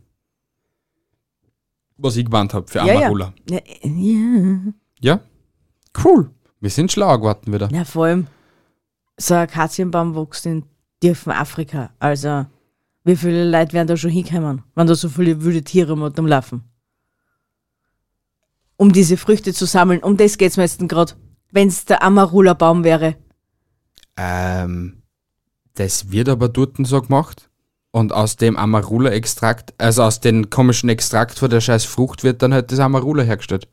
Was ich gemeint habe für
Ja, ja.
Amarula.
Ja, ja.
Ja. Cool. Wir sind schlauer geworden wieder.
ja, vor allem, so ein Akazienbaum wächst in dürfen Afrika. Also, wie viele Leute werden da schon hinkommen, wenn da so viele wilde Tiere mit dem Laufen? Um diese Früchte zu sammeln, um das geht's meistens gerade. Wenn's der Amarula-Baum wäre.
Ähm, das wird aber dort so gemacht. Und aus dem Amarula-Extrakt, also aus dem komischen Extrakt von der scheiß Frucht, wird dann halt das Amarula hergestellt.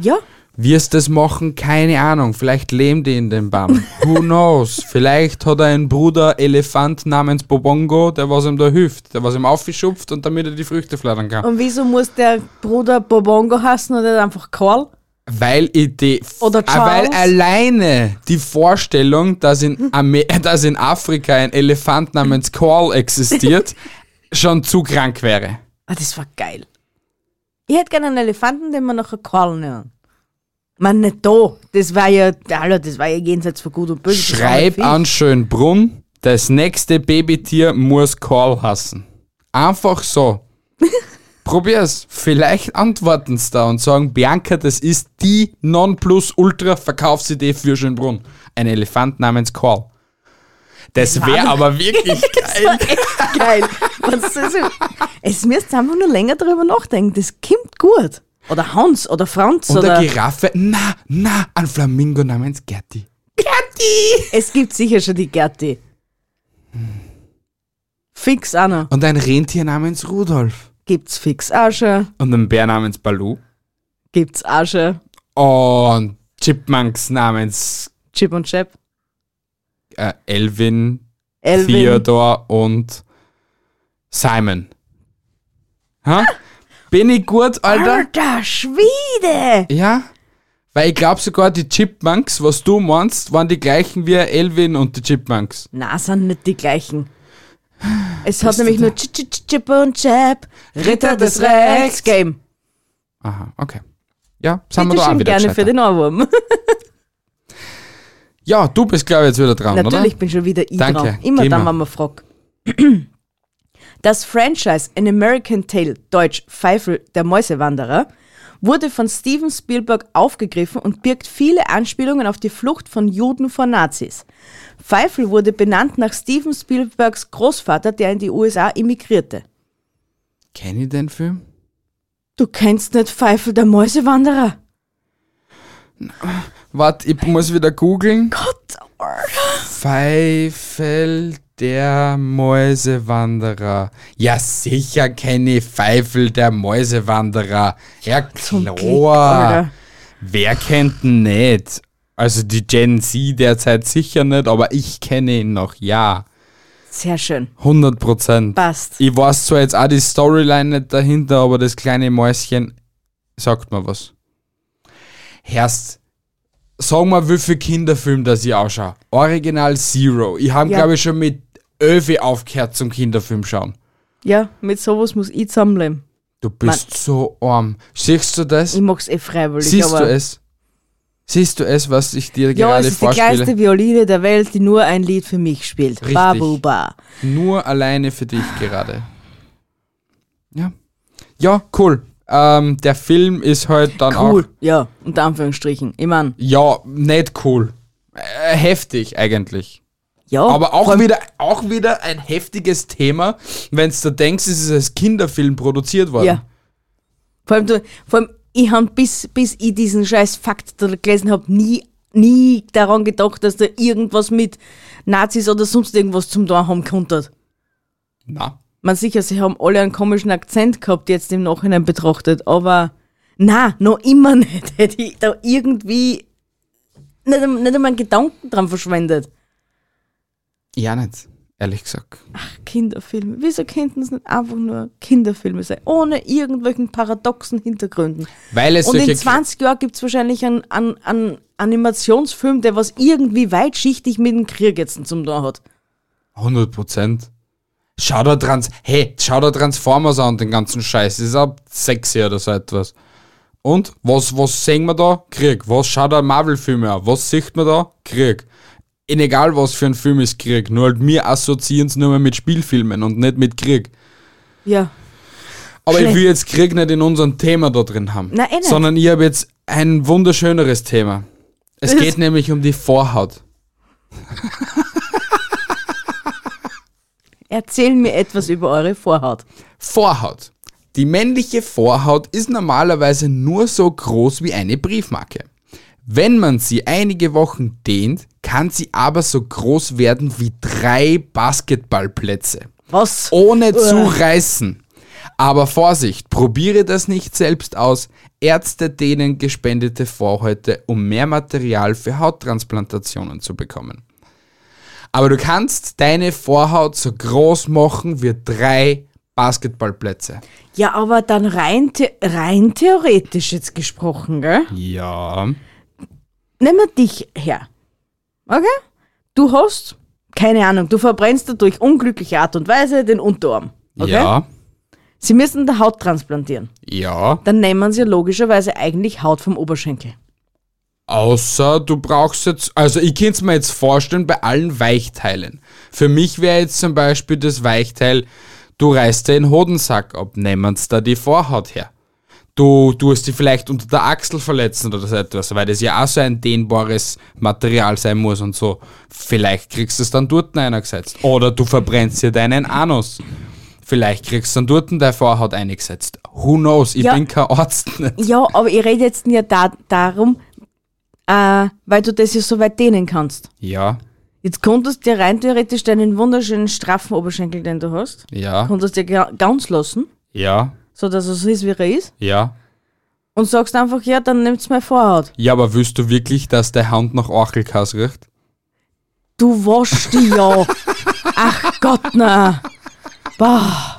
Ja,
Wirst das machen? Keine Ahnung. Vielleicht lehm die in dem Baum. Who knows? Vielleicht hat er einen Bruder Elefant namens Bobongo, der was ihm da hilft, der was ihm aufgeschupft und damit er die Früchte flattern kann.
und wieso muss der Bruder Bobongo hassen oder einfach Karl?
Weil ich die,
Oder
Ah, weil
Charles?
alleine die Vorstellung, dass in, Amer dass in Afrika ein Elefant namens Carl existiert, schon zu krank wäre.
Ah, das war geil. Ich hätte gerne einen Elefanten, den wir nachher Karl nennen. Man nicht da. Das war ja, Alter, das war ja jenseits von gut und böse. Das war ein
Schreib
Viech.
an Schönbrunn, das nächste Babytier muss Carl hassen. Einfach so. Probier's. Vielleicht antworten's da und sagen, Bianca, das ist die Nonplusultra-Verkaufsidee für Schönbrunn. Ein Elefant namens Carl. Das wäre aber wirklich geil.
echt geil. Was das ist, es müsst einfach nur länger drüber nachdenken. Das kommt gut. Oder Hans oder Franz
Und
oder.
eine Giraffe, na, na, ein Flamingo namens Gerti. Gerti!
Es gibt sicher schon die Gerti. Fix auch noch.
Und ein Rentier namens Rudolf.
Gibt's fix auch schon.
Und ein Bär namens Baloo.
Gibt's auch schon.
Und Chipmunks namens
Chip und Chap.
äh, Elvin,
Elvin.
Theodore und Simon. Ha? Bin ich gut, Alter?
Alter Schwede!
Ja? Weil ich glaube sogar, die Chipmunks, was du meinst, waren die gleichen wie Elvin und die Chipmunks.
Na, sind nicht die gleichen. Es hat nämlich nur Ch- Ch- Ch- Chip und Chap, Ritter des Rechts Game.
Aha, okay. Ja, sind wir
Bitte
da auch
schön
wieder
gerne für
gescheitert.
den Ohrwurm.
Ja, du bist, glaube ich, jetzt wieder dran, oder?
Natürlich bin schon wieder ich
Danke,
dran. Immer
geh
dann,
mal.
wenn man fragt. Das Franchise An American Tale, deutsch Pfeifel der Mäusewanderer, wurde von Steven Spielberg aufgegriffen und birgt viele Anspielungen auf die Flucht von Juden vor Nazis. Pfeifel wurde benannt nach Steven Spielbergs Großvater, der in die USA emigrierte.
Kenn ich den Film?
Du kennst nicht Pfeifel der Mäusewanderer?
Warte, ich muss wieder googeln.
Gott, Alter.
Pfeifel Der Mäusewanderer. Ja, sicher kenne ich Pfeifel, der Mäusewanderer. Ja, klar.
Alter.
Wer kennt ihn nicht? Also die Gen Z derzeit sicher nicht, aber ich kenne ihn noch, ja.
Sehr schön.
100 Prozent.
Passt.
Ich weiß zwar jetzt auch die Storyline nicht dahinter, aber das kleine Mäuschen sagt mir was. Herst, sag mal, wie viel Kinderfilm das ich ausschaue. Original Zero. Ich habe,
Ja.
glaube ich, schon mit Öfi aufgehört zum Kinderfilm schauen.
Ja, mit sowas muss ich zusammenleben.
Du bist so arm. Siehst du das?
Ich mag's eh freiwillig,
Siehst
aber.
du es? Siehst du es, was ich dir
Ja, es
gerade
ist die
vorspiele?
kleinste Violine der Welt, die nur ein Lied für mich spielt.
Richtig.
Babu ba.
Nur alleine für dich gerade. Ja. Ja, cool. Ähm, der Film ist halt dann auch.
Cool. Ja, unter Anführungsstrichen. Ich mein,
Ja, nicht cool. Äh, heftig eigentlich.
ja.
Aber auch wieder, auch wieder ein heftiges Thema, wenn du denkst, es ist als Kinderfilm produziert worden.
Ja. Vor allem, du, vor allem ich habe bis, bis ich diesen scheiß Fakt da gelesen habe, nie, nie daran gedacht, dass da irgendwas mit Nazis oder sonst irgendwas zum Tor haben konnte.
Na.
Man sicher, sie haben alle einen komischen Akzent gehabt, jetzt im Nachhinein betrachtet, aber na, noch immer nicht. Hätte ich da irgendwie nicht, einmal- nicht einmal einen Gedanken dran verschwendet.
Ja, nicht. Ehrlich gesagt.
Kinderfilme. Wieso könnten es nicht einfach nur Kinderfilme sein? Ohne irgendwelchen paradoxen Hintergründen.
Weil es
Und
solche.
in 20 Jahren gibt es wahrscheinlich einen, einen, einen Animationsfilm, der was irgendwie weitschichtig mit dem Krieg jetzt zum Tor hat.
100 Prozent. Schau da Trans. Hey, schau da Transformers an, den ganzen Scheiß. Das ist ab sexy oder so etwas. Und was, was sehen wir da? Krieg. Was schaut da Marvel-Filme an? Was sieht man da? Krieg. In egal was für ein Film ist Krieg. Nur halt wir assoziieren es nur mehr mit Spielfilmen und nicht mit Krieg.
Ja.
Aber ich
Schlecht.
will jetzt Krieg nicht in unserem Thema da drin haben.
Na, eh nicht.
Sondern ich habe jetzt ein wunderschöneres Thema. Es
Das-
geht nämlich um die Vorhaut.
Erzähl mir etwas über eure Vorhaut.
Vorhaut. Die männliche Vorhaut ist normalerweise nur so groß wie eine Briefmarke. Wenn man sie einige Wochen dehnt, kann sie aber so groß werden wie drei Basketballplätze.
Was?
Ohne zu reißen. Aber Vorsicht, probiere das nicht selbst aus. Ärzte dehnen gespendete Vorhäute, um mehr Material für Hauttransplantationen zu bekommen. Aber du kannst deine Vorhaut so groß machen wie drei Basketballplätze.
Ja, aber dann rein, the rein theoretisch jetzt gesprochen, gell?
Ja.
Nimm wir dich her. Okay? Du hast, keine Ahnung, du verbrennst dadurch unglückliche Art und Weise den Unterarm. Okay?
Ja.
Sie müssen die Haut transplantieren.
Ja.
Dann nehmen sie logischerweise eigentlich Haut vom Oberschenkel.
Außer du brauchst jetzt, also ich könnte es mir jetzt vorstellen bei allen Weichteilen. Für mich wäre jetzt zum Beispiel das Weichteil, du reißt dir den Hodensack ab, nehmen's da die Vorhaut her. Du tust die vielleicht unter der Achsel verletzen oder so etwas, weil das ja auch so ein dehnbares Material sein muss und so. Vielleicht kriegst du es dann dort eingesetzt. Oder du verbrennst dir deinen Anus. Vielleicht kriegst du dann dort deine Vorhaut eingesetzt. Who knows? Ich
Ja.
bin kein Arzt. Nicht.
Ja, aber ich rede jetzt nicht da, darum, äh, weil du das ja so weit dehnen kannst.
Ja,
Jetzt konntest du dir rein theoretisch deinen wunderschönen straffen Oberschenkel, den du hast,
ja,
konntest dir ga- ganz lassen,
ja,
so dass er so ist, wie er ist,
ja.
und sagst einfach, ja, dann nimmt's meine Vorhaut.
Ja, aber willst du wirklich, dass der Hand nach Orchelkass riecht?
Du waschst die ja. Ach Gott, na. Boah.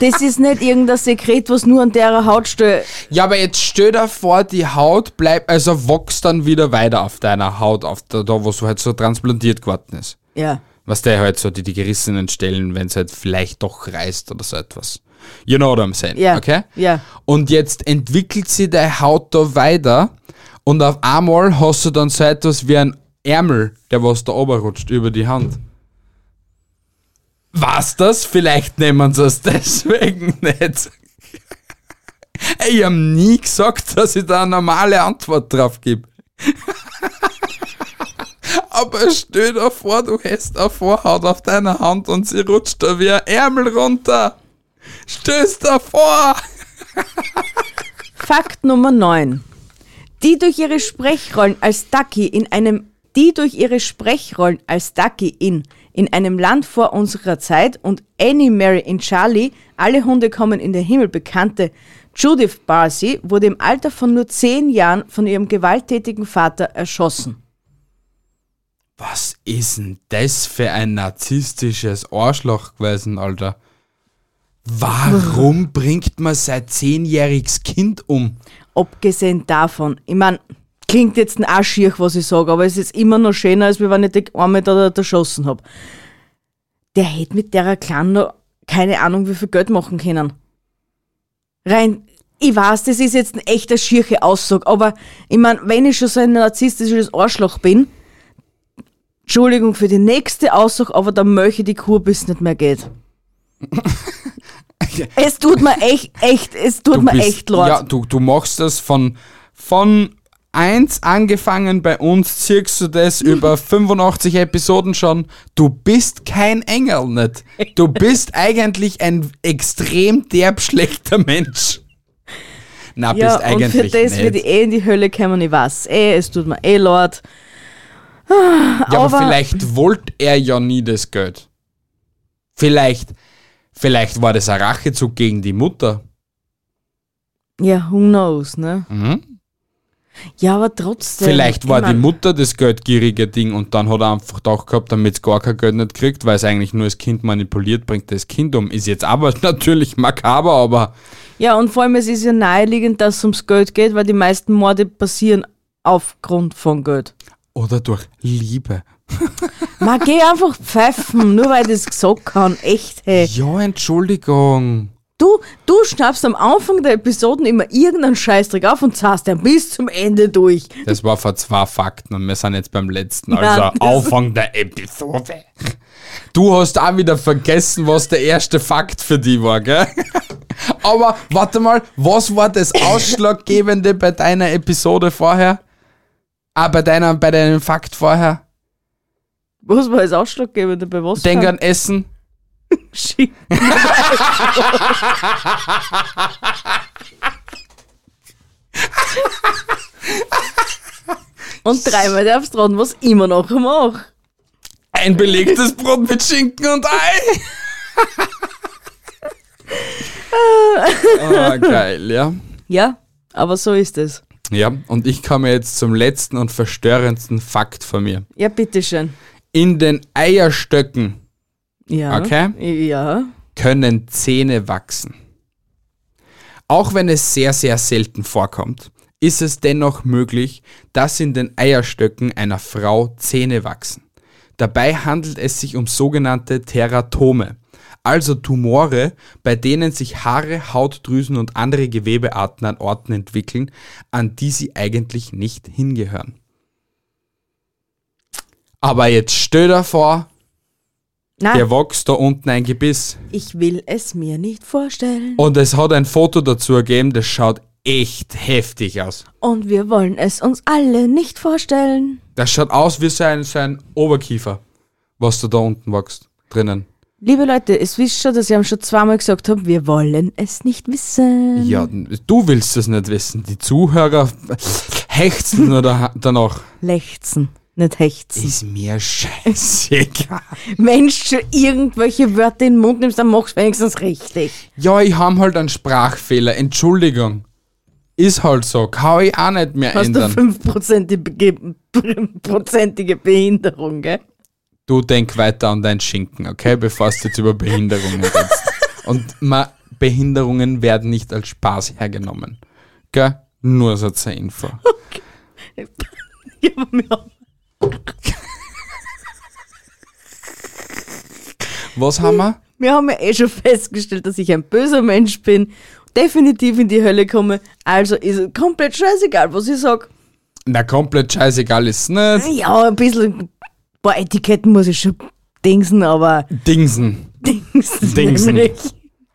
Das ist nicht irgendein Sekret, was nur an derer Haut steht.
Ja, aber jetzt stell dir vor, die Haut bleibt, also wächst dann wieder weiter auf deiner Haut, auf der, da, wo es halt so transplantiert geworden ist.
Ja.
Was der halt so, die, die gerissenen Stellen, wenn es halt vielleicht doch reißt oder so etwas. You know what I'm saying,
Ja.
okay?
Ja.
Und jetzt entwickelt sie deine Haut da weiter und auf einmal hast du dann so etwas wie ein Ärmel, der was da oberrutscht über die Hand. Was das? Vielleicht nehmen sie es deswegen nicht. Ey, Ich habe nie gesagt, dass ich da eine normale Antwort drauf gebe. Aber stell dir vor, du hast eine Vorhaut auf deiner Hand und sie rutscht da wie ein Ärmel runter. Stößt dir vor!
Fakt Nummer 9. Die durch ihre Sprechrollen als Ducky in einem die durch ihre Sprechrollen als Ducky in in einem Land vor unserer Zeit und Annie, Mary und Charlie, alle Hunde kommen in den Himmel bekannte Judith Barcy wurde im Alter von nur zehn Jahren von ihrem gewalttätigen Vater erschossen.
Was ist denn das für ein narzisstisches Arschloch gewesen, Alter? Warum bringt man sein zehnjähriges Kind um?
Abgesehen davon, ich meine, klingt jetzt ein Arsch schier, was ich sage, aber es ist immer noch schöner, als wenn ich die Arme da, da erschossen habe. Der hätte mit der Clan noch keine Ahnung, wie viel Geld machen können. Rein, ich weiß, das ist jetzt ein echter schierche Aussage, aber ich meine, wenn ich schon so ein narzisstisches Arschloch bin, Entschuldigung für die nächste Aussage, aber dann möchte ich die Kur, bis nicht mehr geht. es tut mir echt, echt, es tut mir
bist-
echt leid.
Ja, du, du machst das von, von 1 angefangen bei uns, ziehst du das über 85 Episoden schon. Du bist kein Engel nicht. Du bist eigentlich ein extrem derb schlechter Mensch. Na,
Ja,
bist eigentlich
und für das
nicht.
wird ich eh in die Hölle kommen, ich weiß eh, es tut mir eh leid.
Ja, aber,
Aber-
vielleicht wollte er ja nie das Geld. Vielleicht, vielleicht war das ein Rachezug gegen die Mutter.
Ja, who knows, ne? Ja, aber trotzdem.
Mhm. Vielleicht
ich
war die
mein,
Mutter das geldgierige Ding und dann hat er einfach gedacht gehabt, damit es gar kein Geld nicht kriegt, weil es eigentlich nur das Kind manipuliert, bringt das Kind um. Ist jetzt aber natürlich makaber, aber
Ja, und vor allem, es ist ja naheliegend, dass es ums Geld geht, weil die meisten Morde passieren aufgrund von Geld.
oder durch Liebe.
Man, geh einfach pfeifen, nur weil ich das gesagt kann. Echt, hey.
Ja, Entschuldigung.
Du, du schnappst am Anfang der Episoden immer irgendeinen Scheißdreck auf und zahlst dann bis zum Ende durch.
Das war vor zwei Fakten und wir sind jetzt beim letzten, also
Ja, das-
Anfang der Episode. Du hast auch wieder vergessen, was der erste Fakt für die war, gell? Aber warte mal, was war das Ausschlaggebende bei deiner Episode vorher? Ah, bei, deiner, bei deinem Fakt vorher?
Was war das Ausschlaggebende bei was?
Denk an Essen.
Shit. Und dreimal darfst dran, was ich immer noch mache.
Ein belegtes Brot mit Schinken und Ei. Ah, geil, ja.
Ja, aber so ist es.
Ja, und ich komme jetzt zum letzten und verstörendsten Fakt von mir.
Ja, bitteschön.
In den Eierstöcken
Ja.
Okay.
Ja.
können Zähne wachsen. Auch wenn es sehr, sehr selten vorkommt, ist es dennoch möglich, dass in den Eierstöcken einer Frau Zähne wachsen. Dabei handelt es sich um sogenannte Teratome, also Tumore, bei denen sich Haare, Hautdrüsen und andere Gewebearten an Orten entwickeln, an die sie eigentlich nicht hingehören. Aber jetzt stell dir vor,
Nein,
der wächst da unten ein Gebiss.
ich will es mir nicht vorstellen.
Und es hat ein Foto dazu ergeben, das schaut echt heftig aus.
Und wir wollen es uns alle nicht vorstellen.
Das schaut aus wie sein, sein Oberkiefer, was du da unten wächst, drinnen.
Liebe Leute, es wisst schon, dass ich am schon zweimal gesagt habe, wir wollen es nicht wissen.
Ja, du willst das nicht wissen. Die Zuhörer hechzen nur da- danach.
Lechzen, nicht hechzen.
Ist mir scheißegal.
Mensch, schon irgendwelche Wörter in den Mund nimmst, dann machst du wenigstens richtig.
Ja, ich hab halt einen Sprachfehler. Entschuldigung. Ist halt so. Kann ich auch nicht mehr
Hast du
ändern.
5% Be- Ge- prozentige Behinderung, gell?
du denk weiter an dein Schinken, okay? Bevor du jetzt über Behinderungen redest. Und ma, Behinderungen werden nicht als Spaß hergenommen. Gell? Nur so zur Info.
Ja, aber wir haben-
Was haben wir?
Wir haben ja eh schon festgestellt, dass ich ein böser Mensch bin, definitiv in die Hölle komme, also ist es komplett scheißegal, was ich sag.
Na, komplett scheißegal ist nicht.
Ja, ein bisschen, ein paar Etiketten muss ich schon dingsen, aber
Dingsen.
dingsen.
Dingsen.
nämlich.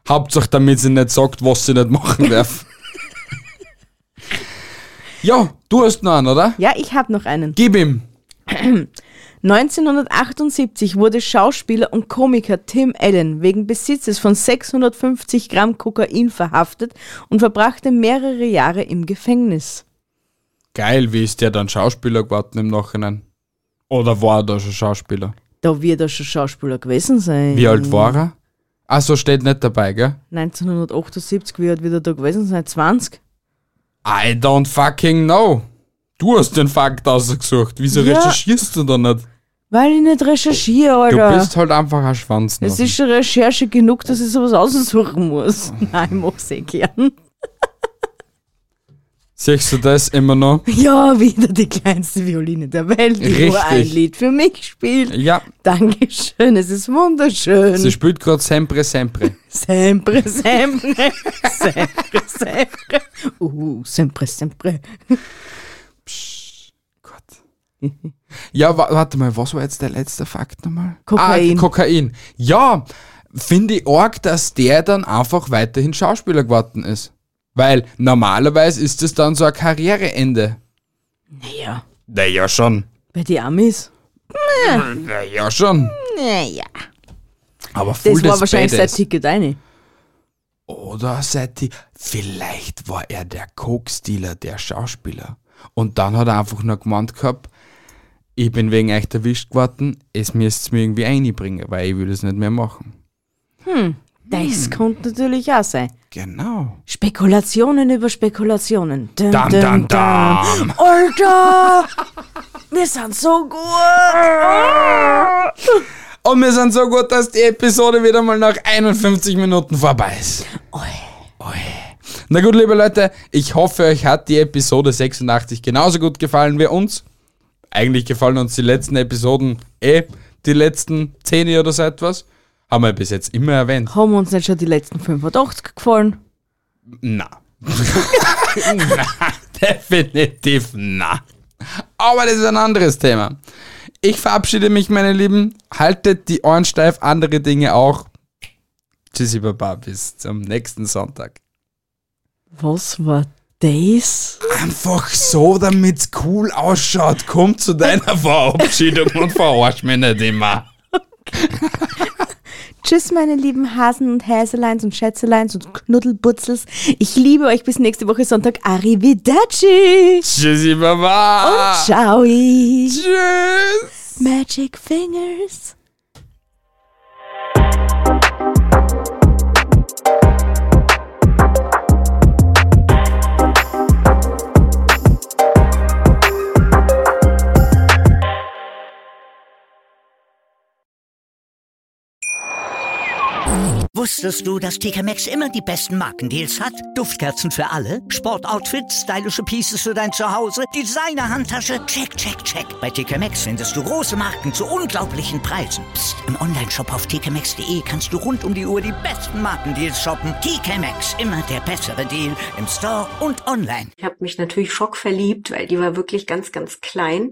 Hauptsache, damit sie nicht sagt, was sie nicht machen darf. ja, du hast noch einen, oder?
Ja, ich habe noch einen.
Gib ihm.
1978 wurde Schauspieler und Komiker Tim Allen wegen Besitzes von 650 Gramm Kokain verhaftet und verbrachte mehrere Jahre im Gefängnis.
Geil, wie ist der dann Schauspieler geworden im Nachhinein? Oder war er da schon Schauspieler?
Da wird er schon Schauspieler gewesen sein.
Wie alt war er? Achso, steht nicht dabei, gell?
1978, wie alt wird er da gewesen sein? 20?
I don't fucking know. Du hast den Fakt ausgesucht. Wieso
Ja.
recherchierst du da nicht?
Weil ich nicht recherchiere,
Du
Alter.
bist halt einfach ein Schwanz.
es ist schon Recherche genug, dass ich sowas aussuchen muss. Nein, ich mach's eh gern.
Siehst du das immer noch?
Ja, wieder die kleinste Violine der Welt, die nur
Richtig.
ein Lied für mich spielt.
Ja,
Dankeschön, es ist wunderschön.
sie spielt gerade Sempre Sempre.
Sempre, sempre, sempre, sempre. Uh, sempre, sempre.
Gott. Ja, wa warte mal, was war jetzt der letzte Fakt nochmal?
Kokain.
Ah, Kokain. Ja, finde ich arg, dass der dann einfach weiterhin Schauspieler geworden ist. Weil normalerweise ist es dann so ein Karriereende.
Naja,
Naja, schon.
bei die Amis.
Naja, schon.
Naja.
Aber voll
Das war wahrscheinlich sein
Badass.
Ticket eine.
Oder seit die. Vielleicht war er der Koksdealer, der Schauspieler. Und dann hat er einfach nur gemeint gehabt, ich bin wegen euch erwischt geworden, es müsst ihr mir irgendwie einbringen, weil ich will es nicht mehr machen.
Das konnte natürlich auch sein.
Genau.
Spekulationen über Spekulationen. Dun,
Dam,
dun,
dam,
dun. Alter! Wir sind so gut!
Und wir sind so gut, dass die Episode wieder mal nach 51 Minuten vorbei ist. Oi. Na gut, liebe Leute, ich hoffe, euch hat die Episode 86 genauso gut gefallen wie uns. Eigentlich gefallen uns die letzten Episoden eh, die letzten 10 oder so etwas. Haben wir bis jetzt immer erwähnt.
Haben uns nicht schon die letzten 85 gefallen?
Na. na, definitiv na. Aber das ist ein anderes Thema. Ich verabschiede mich, meine Lieben. Haltet die Ohren steif, andere Dinge auch. Tschüssi, Baba, bis zum nächsten Sonntag.
Was war das?
Einfach so, damit's cool ausschaut. Komm zu deiner Verabschiedung und verarsch mich nicht immer.
Tschüss, meine lieben Hasen und Häseleins und Schätzeleins und Knuddelbutzels. Ich liebe euch bis nächste Woche Sonntag. Arrivederci!
Tschüssi, Baba.
Und ciao!
Tschüss.
Magic Fingers!
Wusstest du, dass TK Maxx immer die besten Markendeals hat? Duftkerzen für alle, Sportoutfits, stylische Pieces für dein Zuhause, Designer-Handtasche, check, check, check. Bei TK Maxx findest du große Marken zu unglaublichen Preisen. Psst. Im Onlineshop auf tkmaxx.de kannst du rund um die Uhr die besten Markendeals shoppen. TK Maxx, immer der bessere Deal im Store und online.
Ich habe mich natürlich schockverliebt, weil die war wirklich ganz, ganz klein.